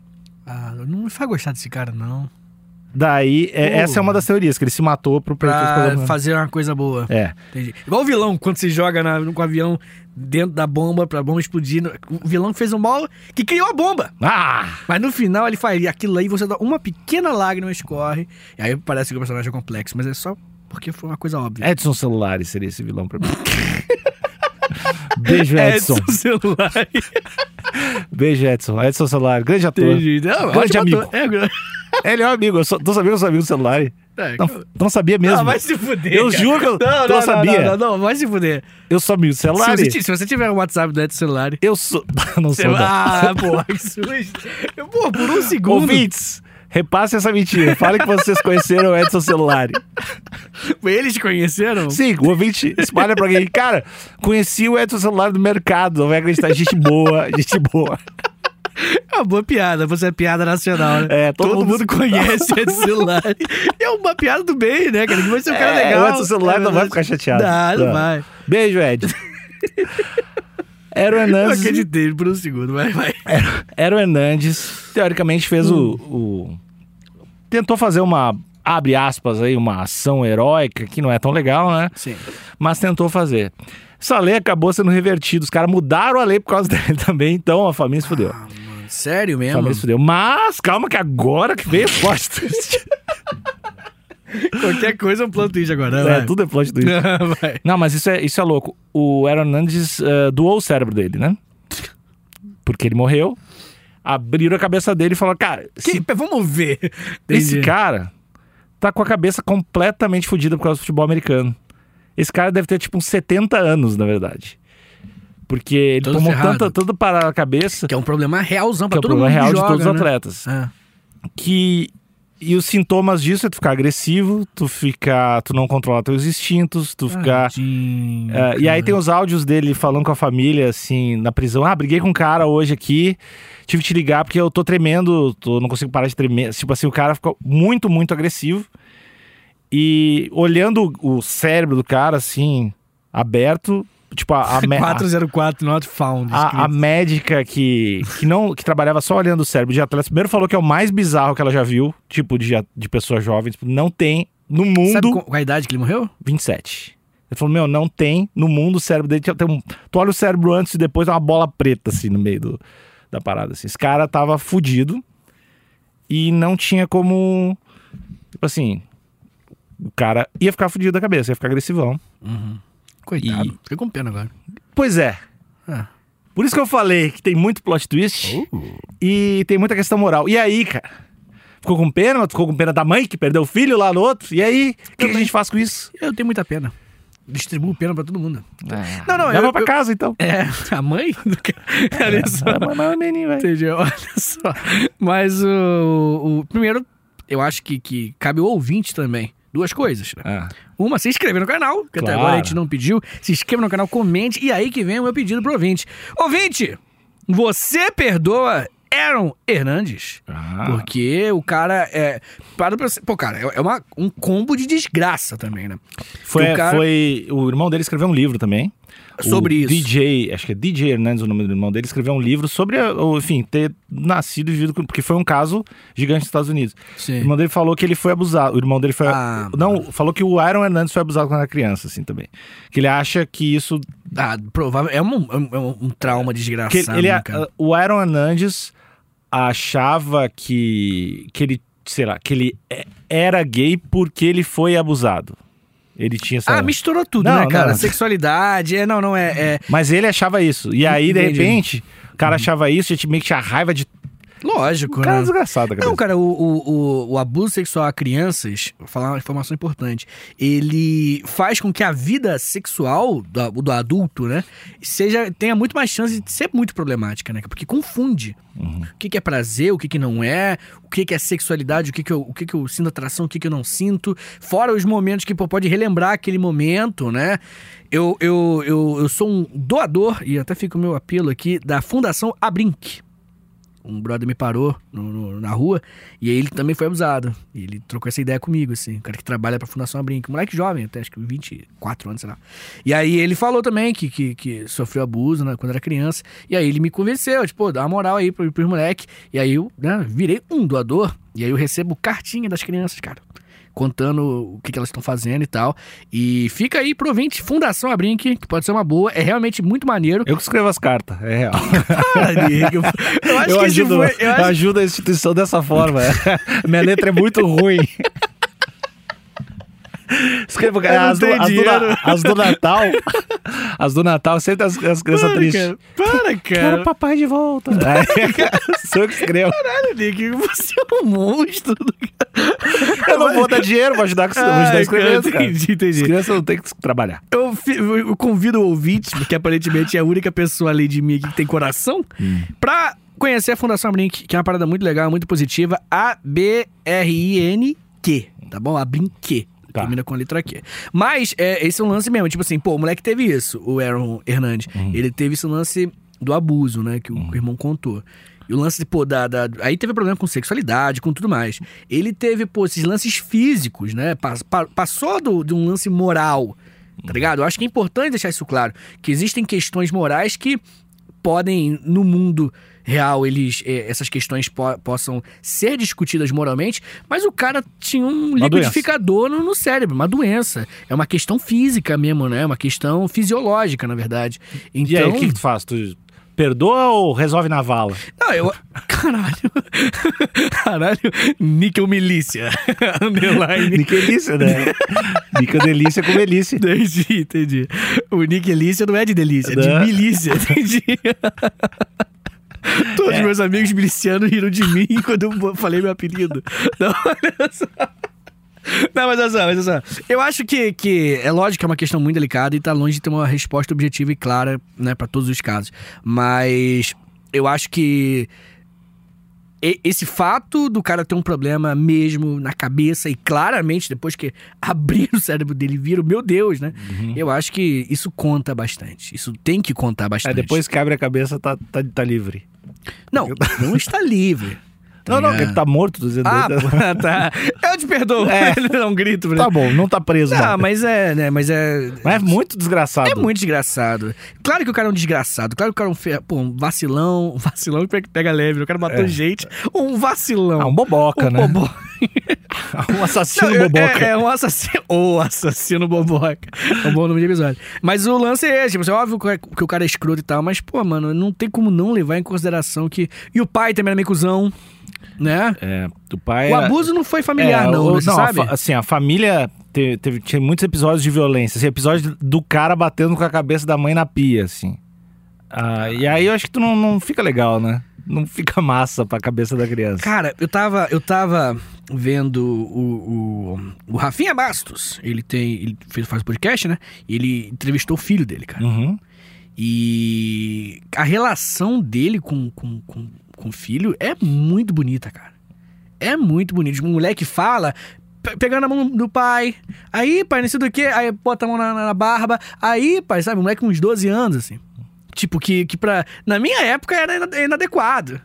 B: Ah, não me faz gostar desse cara, não.
C: Daí, é-
B: Pô.
C: essa é uma das teorias, que ele se matou pro Patriots pagar a
B: Pra
C: mulher.
B: fazer uma coisa boa.
C: É.
B: Entendi. Igual o vilão, quando se joga na- com o avião dentro da bomba, pra bomba explodir. O vilão que fez o mal, que criou a bomba.
C: Ah!
B: Mas no final ele faz aquilo aí, você dá uma pequena lágrima escorre. E aí parece que o personagem é complexo, mas é só porque foi uma coisa óbvia.
C: Edson Celulares seria esse vilão pra mim. Beijo, É Edson.
B: É celular.
C: Beijo, Edson. Edson Celular, grande ator.
B: Entendi. Não,
C: Grande
B: ótimo
C: amigo.
B: ator. É,
C: Ele é um amigo. Eu só, tô sabendo que eu sou amigo do celular.
B: é,
C: Não, não sabia mesmo.
B: Ah, vai se fuder.
C: Eu
B: cara.
C: juro que eu-
B: não,
C: que eu
B: não,
C: sabia.
B: Não, não, não, vai se fuder.
C: Eu sou amigo do
B: Se
C: celular.
B: você, ti- se você tiver o WhatsApp do Edson celular.
C: Eu sou. Não
B: Você...
C: sou. não.
B: Ah, pô, que susto. Eu, Pô, por um segundo.
C: Ouvintes, repasse essa mentira. Fale que vocês conheceram o Edson Celular.
B: Eles te conheceram?
C: Sim, o ouvinte espalha pra alguém. Cara, conheci o Edson Celular do mercado. Não vai acreditar. Gente boa, gente boa.
B: É uma boa piada, você é piada nacional, né?
C: É, todo
B: todo,
C: mundo-
B: mundo, conhece Edson celular. É uma piada do bem, né, cara? Que vai ser um cara
C: É,
B: legal.
C: O Edson Celular não vai
B: verdade.
C: ficar chateado.
B: Não, não vai.
C: Beijo, Ed. Era o
B: Eu
C: Hernandes.
B: acreditei por um segundo, vai, vai.
C: Era o Hernandes, teoricamente fez o, o- Tentou fazer uma. Abre aspas aí, uma ação heróica que não é tão legal, né?
B: Sim.
C: Mas tentou fazer. Essa lei acabou sendo revertida. Os caras mudaram a lei por causa dele também, então a família se fudeu.
B: Ah, mano, sério
C: a
B: mesmo?
C: família se fudeu. Mas calma que agora que veio o plot twist.
B: Qualquer coisa é um plot twist agora,
C: é,
B: vai.
C: tudo é plot twist.
B: vai.
C: Não, mas isso é, isso é louco. O Aaron Hernandes eh, doou o cérebro dele, né? Porque ele morreu. Abriram a cabeça dele e falaram, cara,
B: Que- vamos ver.
C: Esse cara tá com a cabeça completamente fodida por causa do futebol americano. Esse cara deve ter tipo uns 70 anos, na verdade. Porque ele
B: Todo
C: tomou
B: ferrado.
C: tanta, tanta parada na cabeça,
B: Que é um problema realzão
C: que é
B: pra
C: o
B: todo
C: problema
B: mundo
C: real
B: que
C: de
B: joga,
C: todos os
B: né?
C: atletas.
B: Ah.
C: Que. E os sintomas disso é tu ficar agressivo, tu ficar. Tu não controlar teus instintos,
B: É.
C: tu
B: Ah,
C: ficar.
B: Tadinho,
C: É, e aí tem os áudios dele falando com a família, assim, na prisão. Ah, briguei com um cara hoje aqui, tive que te ligar porque eu tô tremendo, tô, não consigo parar de tremer. Tipo assim, o cara ficou muito, muito agressivo. E olhando o cérebro do cara, assim, aberto, tipo, a, a, me- a,
B: 404 not found.
C: a- a médica que, que não que trabalhava só olhando o cérebro de atletas, primeiro falou que é o mais bizarro que ela já viu,
B: é
C: tipo, de, a- de pessoa jovem. Tipo, não tem no mundo
B: Sabe com, com a idade que ele morreu?
C: 27. Ele falou, meu, não tem no mundo o cérebro dele. Tem um, tu olha o cérebro antes e depois, é uma bola preta, assim, no meio do, da parada. Assim. Esse cara tava fudido e não tinha como. Tipo assim. O cara ia ficar fudido da cabeça, ia ficar agressivão.
B: Coitado.
C: E-
B: Fiquei com pena agora.
C: Pois é.
B: Ah.
C: Por isso que eu falei que tem muito plot twist e tem muita questão moral. E aí, cara? Ficou com pena? mas Ficou com pena da mãe que perdeu o filho lá no outro? E aí? O que, que a gente faz com isso?
B: Eu tenho muita pena. Distribuo pena pra todo mundo.
C: Não, não, Leva pra casa então.
B: É, a mãe do cara. Olha só.
C: Ah, mas- mas o neném, vai.
B: Entendi, olha só. Mas o, o- Primeiro, eu acho que, que cabe o ouvinte também. Duas coisas. né?
C: Ah,
B: Uma, se inscrever no canal, que até
C: Claro.
B: agora a gente não pediu. Se inscreva no canal, comente. E aí que vem o meu pedido pro ouvinte. Ouvinte, você perdoa Aaron Hernandes?
C: ah,
B: Porque o cara é. Para pra você. Pô, cara, é é uma, um combo de desgraça também, né?
C: Foi,
B: Porque o
C: o
B: cara-
C: foi. O irmão dele escreveu um livro também.
B: Sobre
C: o
B: isso.
C: DJ, acho que é DJ Hernandes o nome do irmão dele, escreveu um livro sobre, o- enfim, ter nascido e vivido. com- Porque foi um caso gigante nos Estados Unidos. O
B: Sim.
C: irmão dele falou que ele foi abusado. O irmão dele foi.
B: É. Ah,
C: não, falou que o Aaron Hernandes foi abusado quando era criança, assim também. Que ele acha que isso.
B: Ah, provável. É um, é um- é um trauma
C: Que
B: desgraçado.
C: ele, ele-
B: né, cara?
C: o Aaron Hernandes achava que. que ele. sei lá, que ele é- era gay porque ele foi abusado. Ele tinha essa.
B: Ah, misturou tudo,
C: Não,
B: né, cara?
C: não.
B: Sexualidade, é, não, não, é. é-
C: Mas ele achava isso. E aí, de
B: Entendi.
C: repente, o cara achava isso, a gente meio que tinha raiva de.
B: Lógico,
C: Uhum. O cara é
B: né?
C: desgraçado, cara.
B: Não, cara, o, o, o, o abuso sexual a crianças, vou falar uma informação importante, ele faz com que a vida sexual do, do adulto, né, seja, tenha muito mais chance de ser muito problemática, né? Porque confunde o que, que é prazer, o que, que não é, o que, que é sexualidade, o, que, que, eu, o que, que eu sinto atração, o que, que eu não sinto, fora os momentos que pô, pode relembrar aquele momento, né? Eu, eu, eu, eu sou um doador, e até fica o meu apelo aqui, da Fundação Abrinq um brother me parou no- no- na rua e aí ele também foi abusado. E ele trocou essa ideia comigo, assim, o cara que trabalha pra Fundação Abrinq, moleque jovem, até acho que 24 anos, sei lá. E aí ele falou também que, que, que sofreu abuso né, quando era criança. E aí ele me convenceu, tipo, "Pô, dá uma moral aí pro, pros moleque. E aí eu né, virei um doador e aí eu recebo cartinha das crianças, cara. Contando o que, que elas estão fazendo e tal. E fica aí, provinte, Fundação Abrinq, que pode ser uma boa, é realmente muito maneiro.
C: Eu que escrevo as cartas, é real.
B: Cara, Diego, eu acho
C: eu,
B: que esse
C: ajudo,
B: foi- eu
C: eu
B: acho
C: ajudo a instituição dessa forma. Minha letra é muito ruim. Escrevo,
B: Eu não
C: cara, as, do,
B: tenho
C: as, do,
B: dinheiro.
C: na- as do Natal. As do Natal, sempre as, as crianças tristes.
B: Cara, para,
C: Quero
B: cara.
C: o papai de volta. Sou eu que escrevo.
B: Caralho, Nick, você é um monstro. Do...
C: Eu não vou dar dinheiro, vou ajudar, com- vou ajudar as crianças, cara. As
B: entendi, entendi.
C: crianças não têm que trabalhar.
B: Eu, fi- eu convido o ouvinte, porque aparentemente é a única pessoa além de mim aqui que tem coração, pra conhecer a Fundação Brinque, que é uma parada muito legal, muito positiva. A-B-R-I-N-Q, tá bom? A Brinque.
C: Tá.
B: Termina com a letra Q. Mas é, esse é um lance mesmo. Tipo assim, pô, o moleque teve isso, o Aaron Hernandes. Ele teve esse lance do abuso, né? Que o, que o irmão contou. E o lance, pô, da, da- Aí teve problema com sexualidade, com tudo mais. Ele teve, pô, esses lances físicos, né? Pas- pa- passou do- de um lance moral, tá ligado? Eu acho que é importante deixar isso claro. Que existem questões morais que podem, no mundo real, eles eh, essas questões po- possam ser discutidas moralmente, mas o cara tinha um
C: Uma doença.
B: liquidificador no, no cérebro, uma doença. É uma questão física mesmo, né? É uma questão fisiológica, na verdade. Então,
C: E aí, o que, que tu faz? Tu perdoa ou resolve na vala?
B: não, eu. Caralho. Caralho. Níquel Milícia. Underline.
C: Niquelícia, né? Nica delícia com delícia.
B: Entendi, entendi. O Nick Elícia não é de delícia, é de
C: Não.
B: milícia, entendi. Todos meus amigos milicianos riram de mim quando eu falei meu apelido. Não, olha só. Não, mas olha só, mas olha só. Eu acho que, que é lógico que é uma questão muito delicada e tá longe de ter uma resposta objetiva e clara, né, para todos os casos. Mas eu acho que e- esse fato do cara ter um problema mesmo na cabeça e claramente depois que abrir o cérebro dele vira, meu Deus, né?
C: Uhum.
B: Eu acho que isso conta bastante. Isso tem que contar
C: Aí
B: bastante.
C: É, depois que abre a cabeça, tá, tá, tá livre.
B: Não, não está livre.
C: Não, não,
B: ligado?
C: ele tá morto, tô dizendo.
B: Ah,
C: Ele tá-
B: pô, tá. Eu te perdoo.
C: É.
B: Ele dá um grito pra
C: Tá bom, não tá preso.
B: ele. Ah,
C: não.
B: mas é, né? Mas é.
C: Mas é muito desgraçado.
B: É muito desgraçado. Claro que o cara é um desgraçado. Claro que o cara é um, fe... Pô, um
C: É.
B: vacilão. Um vacilão que pega leve. O cara matou gente. Um vacilão.
C: Ah, um boboca,
B: Um
C: né?
B: bobo-
C: Um assassino
B: Não, eu-
C: boboca.
B: É, é um assassino. Ou assassino boboca. É um bom nome de episódio. Mas o lance é esse, tipo, assim, óbvio que o- que o cara é escroto e tal, mas, pô, mano, não tem como não levar em consideração que. E o pai também era meio cuzão, né?
C: É, o pai.
B: O
C: era-
B: abuso não foi familiar,
C: É,
B: não,
C: o-
B: né, você
C: a
B: sabe?
C: fa- assim, a família teve, teve- tinha muitos episódios de violência. Assim, episódio do cara batendo com a cabeça da mãe na pia, assim. Ah, e aí eu acho que tu não, não fica legal, né? Não fica massa pra cabeça da criança.
B: Cara, eu tava, eu tava vendo o, o, o Rafinha Bastos. Ele tem. Ele fez, faz podcast, né? Ele entrevistou o filho dele, cara.
C: Uhum.
B: E a relação dele com, com, com, com o filho é muito bonita, cara. É muito bonito. Tipo, um moleque fala, pe- pegando a mão do pai. Aí, pai, não sei do que. Aí bota a mão na, na barba. Aí, pai, sabe, um moleque com uns 12 anos, assim. Tipo, que, que pra. Na minha época era ina- inadequado.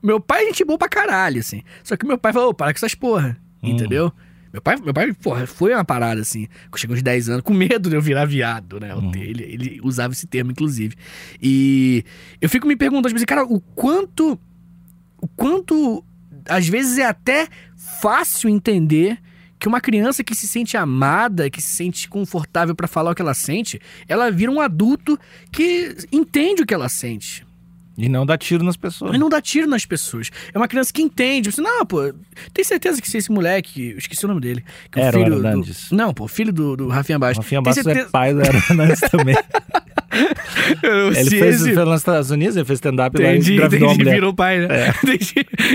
B: Meu pai é gente boa pra caralho, assim. Só que meu pai falou, "Ô, para com essas porra. Entendeu? Meu pai, meu pai, porra, foi uma parada assim. Quando Chegou uns 10 anos, com medo de eu virar viado, né? Ele, ele usava esse termo, inclusive. E eu fico me perguntando, tipo assim, cara, o quanto. O quanto. Às vezes é até fácil entender que uma criança que se sente amada, que se sente confortável pra falar o que ela sente, ela vira um adulto que entende o que ela sente.
C: E não dá tiro nas pessoas.
B: Mas não dá tiro nas pessoas. É uma criança que entende. Você, não, pô, tem certeza que se esse moleque. Eu esqueci o nome dele. Que
C: Era o
B: filho
C: Hernandes.
B: do, Não, pô, filho do, do Rafinha Bastos.
C: Rafinha
B: Tem
C: Bastos é
B: certeza-
C: pai do Hernandes também.
B: Eu-
C: Ele
B: se
C: fez,
B: esse-
C: fez lá nos Estados Unidos, ele fez stand-up lá e
B: Entendi,
C: engravidou a
B: entendi,
C: mulher. É.
B: virou pai, né? Entendi.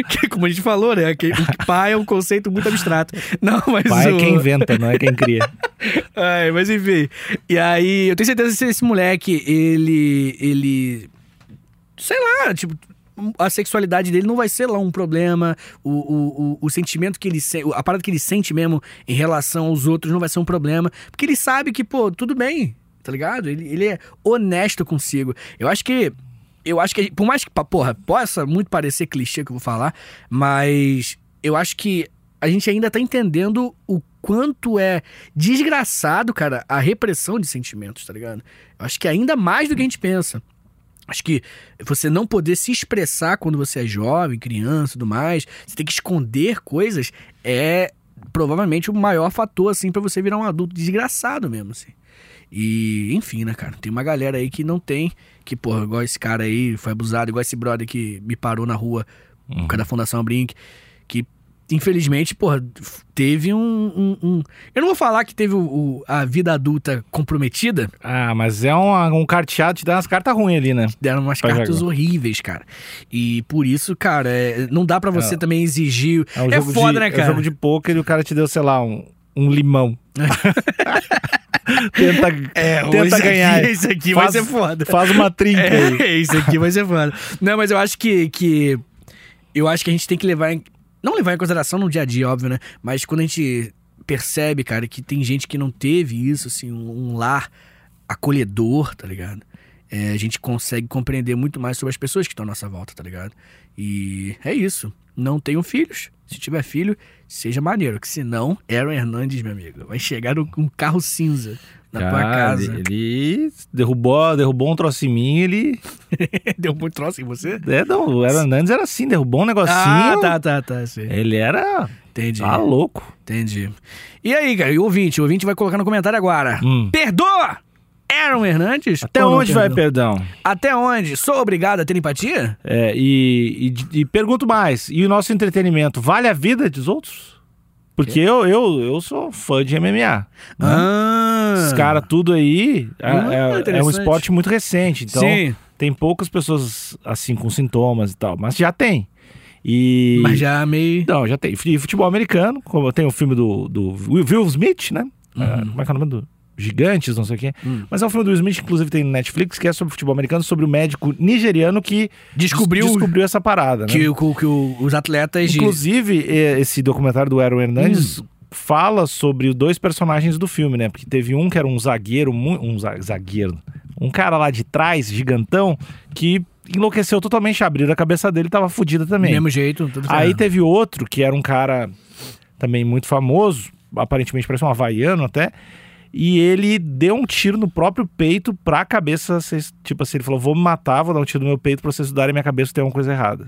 B: Que, como a gente falou, né? Que, o pai é um conceito muito abstrato. Não, mas
C: Pai é
B: o-
C: quem inventa, não é quem cria.
B: Ai, É, mas enfim. E aí, eu tenho certeza que se esse moleque, ele. ele. Sei lá, tipo. A sexualidade dele não vai ser lá um problema. O, o, o, o sentimento que ele sente. A parada que ele sente mesmo em relação aos outros não vai ser um problema. Porque ele sabe que, pô, tudo bem, tá ligado? Ele, ele é honesto consigo. Eu acho que. Eu acho que. Por mais que, pa- porra, possa muito parecer clichê que eu vou falar, mas eu acho que a gente ainda tá entendendo o quanto é desgraçado, cara, a repressão de sentimentos, tá ligado? Eu acho que ainda mais do que a gente pensa. Acho que você não poder se expressar quando você é jovem, criança e tudo mais, você tem que esconder coisas, é provavelmente o maior fator, assim, pra você virar um adulto desgraçado mesmo, assim. E, enfim, né, cara? Tem uma galera aí que não tem, que, porra, igual esse cara aí, foi abusado, igual esse brother que me parou na rua
C: Uhum.
B: por causa da Uhum. Fundação Brink, que, infelizmente, porra, teve um. um- um- Eu não vou falar que teve o- o- a vida adulta comprometida,
C: Ah, mas é um, um carteado, te dá umas cartas ruins ali, né?
B: deram umas
C: Vai
B: cartas
C: jogar.
B: horríveis, cara. E por isso, cara, é, não dá pra você também exigir.
C: É, um
B: É
C: jogo
B: foda,
C: de,
B: né,
C: É
B: cara?
C: um jogo de pôquer e o cara te deu, sei lá, um, um limão. tenta tenta ganhar.
B: É, Aqui, isso aqui
C: faz,
B: vai ser foda.
C: Faz uma trinca aí.
B: É, isso aqui vai ser foda. Não, mas eu acho que, que. Eu acho que a gente tem que levar em. Não levar em consideração no dia a dia, óbvio, né? Mas quando a gente percebe, cara, que tem gente que não teve isso, assim, um, um lar acolhedor, tá ligado? É, a gente consegue compreender muito mais sobre as pessoas que estão à nossa volta, tá ligado? E é isso. Não tenham filhos. Se tiver filho, seja maneiro. Que se não, Aaron Hernandes, meu amigo, vai chegar no- um carro cinza na tua
C: Cara,
B: casa.
C: Ele derrubou, derrubou um troço em mim, ele.
B: Deu muito troço em você?
C: É, não, o Aaron Hernandes era assim, derrubou um negocinho.
B: Ah, tá, É. tá, tá. Sim.
C: Ele era.
B: Entendi.
C: Ah, louco.
B: Entendi. E aí, cara, e o ouvinte? O ouvinte vai colocar no comentário agora.
C: Hum.
B: Perdoa! Aaron Hernandes?
C: Até
B: Ou não
C: onde vai
B: perdoa?
C: perdão?
B: Até onde? Sou obrigado a ter empatia?
C: É, e, e- e pergunto mais: e o nosso entretenimento vale a vida dos outros? Porque eu, eu, eu sou fã de MMA. né?
B: Ah.
C: Esses caras tudo aí é,
B: Ah,
C: é- é um
B: interessante.
C: esporte muito recente, então
B: Sim,
C: tem poucas pessoas assim com sintomas e tal, mas já tem. E
B: mas já meio.
C: não, já tem. E futebol americano, como tem o filme do, do Will Will Smith, né? Ah, como é que é o nome do Gigantes, não sei o quê.
B: Uhum. Hum.
C: Mas é um filme do Will Smith, que inclusive tem no Netflix, que é sobre futebol americano, sobre o médico nigeriano que
B: Descobriu,
C: des- descobriu essa parada, né?
B: que, o- que o- os atletas. de-
C: Inclusive, eh, esse documentário do Aaron Hernandes fala sobre os dois personagens do filme, né? Porque teve um que era um zagueiro, mu- um za- zagueiro, um cara lá de trás, gigantão, que enlouqueceu totalmente, abriram a cabeça dele, tava fodida
B: Do
C: também.
B: mesmo jeito. Tudo
C: Aí
B: certo.
C: teve outro que era um cara também muito famoso, aparentemente parece um havaiano até, e ele deu um tiro no próprio peito pra cabeça, ser- tipo assim, ele falou, vou me matar, vou dar um tiro no meu peito pra vocês estudarem minha cabeça se tem alguma coisa errada.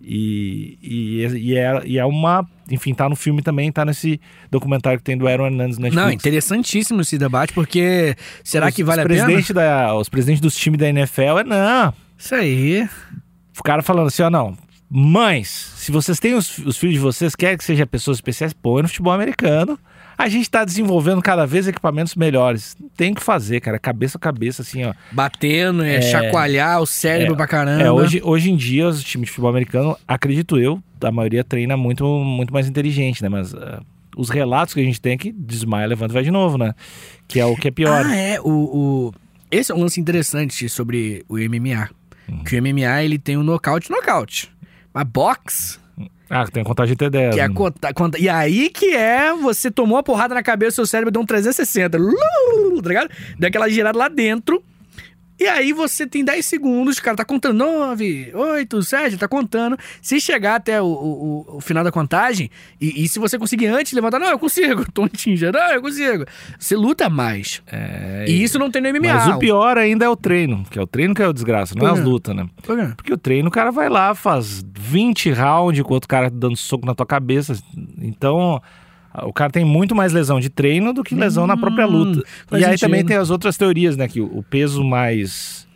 C: E, e, e é, e é uma. Enfim, tá no filme também, tá nesse documentário que tem do Aaron Hernandes na
B: Não,
C: Netflix.
B: interessantíssimo esse debate, porque será
C: Os-
B: que vale
C: os
B: a pena?
C: presidente Da, os presidentes dos times da NFL é não.
B: Isso aí.
C: Ficaram falando assim, ó, não. Mães, se vocês têm os, os filhos de vocês, querem que sejam pessoas especiais, põe no futebol americano. A gente tá desenvolvendo cada vez equipamentos melhores. Não Tem o que fazer, cara. Cabeça a cabeça, assim, ó.
B: Batendo, é, chacoalhar o cérebro pra caramba.
C: É, hoje, hoje em dia, os times de futebol americano, acredito eu, a maioria treina muito, muito mais inteligente, né? Mas ah, os relatos que a gente tem é que desmaia, levanta e vai de novo, né? Que é o que é pior.
B: Ah, é. O, o- Esse é um lance interessante sobre o MMA. Que o MMA ele tem o nocaute nocaute. Mas box,
C: Ah, tem a contagem T10.
B: que é a
C: né?
B: conta, conta- E aí que é, você tomou uma porrada na cabeça, seu cérebro deu um 360. lulululu, Tá ligado? Deu aquela girada lá dentro. E aí você tem 10 segundos, o cara tá contando 9, 8, 7, tá contando. Se chegar até o, o- o- o final da contagem, e, e se você conseguir antes levantar, não, eu consigo, tô atingindo, não, eu consigo. Você luta mais.
C: É,
B: E isso não tem no MMA.
C: Mas o pior ainda é o treino, que é o treino que é o desgraça, não é
B: Por
C: as
B: quê?
C: lutas, né?
B: Por quê?
C: Porque o treino, o cara vai lá, faz 20 rounds com outro cara dando soco na tua cabeça. Então, o cara tem muito mais lesão de treino do que lesão na própria luta.
B: Hum, faz
C: e aí
B: sentido.
C: também tem as outras teorias, né? Que o o peso mais.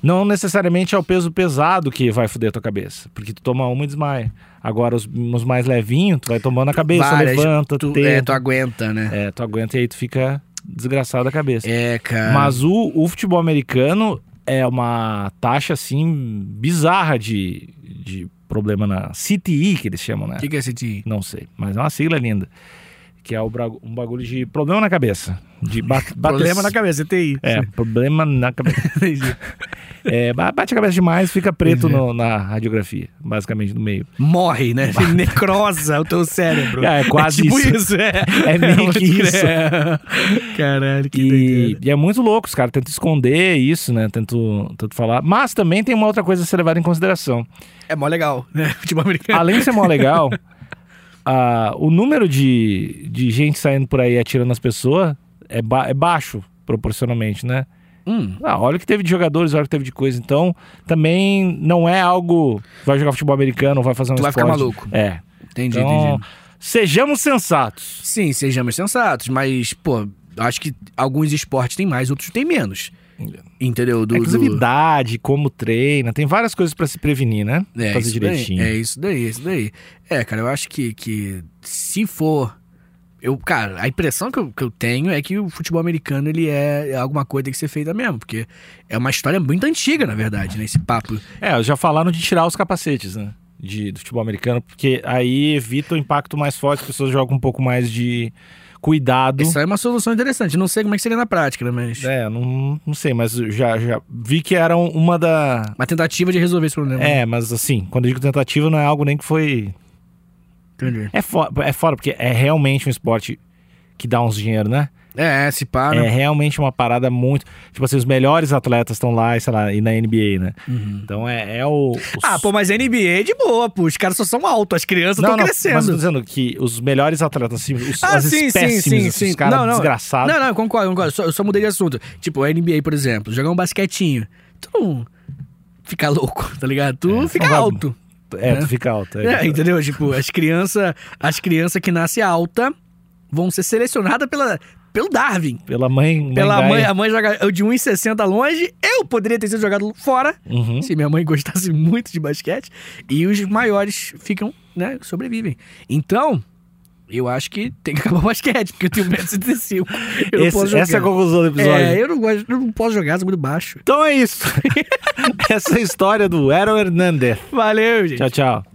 C: Não necessariamente é o peso pesado que vai foder a tua cabeça. Porque tu toma uma e desmaia. Agora, os, os mais levinhos, tu vai tomando a cabeça,
B: Várias,
C: levanta,
B: tu,
C: tenta,
B: é, tu aguenta, né?
C: é, tu aguenta e aí tu fica desgraçado a cabeça.
B: É, cara.
C: Mas o, o futebol americano é uma taxa, assim, bizarra de, de problema na CTI, que eles chamam, né?
B: O que, que é esse de...
C: Não sei, mas é uma sigla linda. Que é o bra- um bagulho de problema na cabeça. De ba bater-
B: cabeça, TI.
C: É, problema na cabeça.
B: Entendi.
C: É, ba- bate a cabeça demais, fica preto no- na radiografia, basicamente, no meio.
B: Morre, né? Necrosa o teu cérebro.
C: É, é quase
B: tipo
C: isso.
B: é.
C: É meio
B: Pode
C: que
B: crer.
C: isso.
B: Caralho, que
C: E,
B: doideira.
C: e é muito louco, os caras tentam esconder isso, né? Tentam, tentam falar. Mas também tem uma outra coisa a ser levada em consideração.
B: É mó legal, né? Futebol americano.
C: Além de ser mó legal, ah, o número de, de gente saindo por aí atirando nas pessoas é, ba- é baixo, proporcionalmente, né?
B: Hum.
C: Ah, olha o que teve de jogadores, olha o que teve de coisa. Então, também não é algo. Vai jogar futebol americano, vai fazer um
B: Tu vai
C: esporte.
B: ficar maluco.
C: É.
B: Entendi,
C: Então,
B: entendi.
C: sejamos sensatos.
B: Sim, sejamos sensatos, mas, pô, acho que alguns esportes tem mais, outros tem menos. Entendeu?
C: a
B: Do, do...
C: Inclusividade, como treina, tem várias coisas pra se prevenir, né?
B: É,
C: fazer
B: isso daí,
C: direitinho.
B: é isso daí, é isso daí. É, cara, eu acho que, que se for. Eu, cara, a impressão que eu, que eu tenho é que o futebol americano ele é alguma coisa que tem que ser feita mesmo, porque é uma história muito antiga, na verdade, né? Esse papo.
C: É, já falaram de tirar os capacetes, né? De, do futebol americano, porque aí evita o impacto mais forte, as pessoas jogam um pouco mais de cuidado.
B: Isso aí é uma solução interessante. Não sei como é que seria na prática, né? Mas.
C: É, não, não sei, mas eu já, já vi que eram uma da.
B: Uma tentativa de resolver esse problema.
C: É, mas assim, quando eu digo tentativa, não é algo nem que foi.
B: Entendi.
C: É, fo é fora, porque é realmente um esporte que dá uns dinheiro, né?
B: É, se pá,
C: É
B: né?
C: realmente uma parada muito. Tipo assim, os melhores atletas estão lá, e sei lá, e na NBA, né?
B: Uhum.
C: Então é, é o. o
B: Ah, pô, mas NBA é de boa, pô. Os caras só são altos, as crianças estão
C: Mas eu
B: crescendo.
C: tô dizendo que os melhores atletas, assim, os,
B: Ah,
C: as
B: sim, sim,
C: espécimes, assim,
B: sim,
C: os
B: sim.
C: caras
B: Não, não.
C: desgraçados.
B: Não, não, eu concordo, concordo. Só, eu só mudei de assunto. Tipo, a NBA, por exemplo, jogar um basquetinho. Tu não fica louco, tá ligado? Tu
C: É,
B: fica
C: não vai-
B: alto.
C: é, tu fica alto.
B: É, entendeu? Tipo, as crianças as criança que nascem alta vão ser selecionadas pela, pelo Darwin.
C: Pela mãe. mãe
B: Pela
C: Gaia.
B: mãe, a mãe joga eu de 1,60 longe. Eu poderia ter sido jogado fora
C: Uhum.
B: se minha mãe gostasse muito de basquete. E os maiores ficam, né? Sobrevivem. Então. Eu acho que tem que acabar o basquete, porque eu tenho 1,75m. Eu não
C: Esse-
B: posso
C: essa é a
B: jogar.
C: conclusão do episódio.
B: É, eu não gosto, eu não posso jogar, sou muito baixo.
C: Então é isso. Essa é a história do Aero Hernandez.
B: Valeu, gente.
C: Tchau, tchau.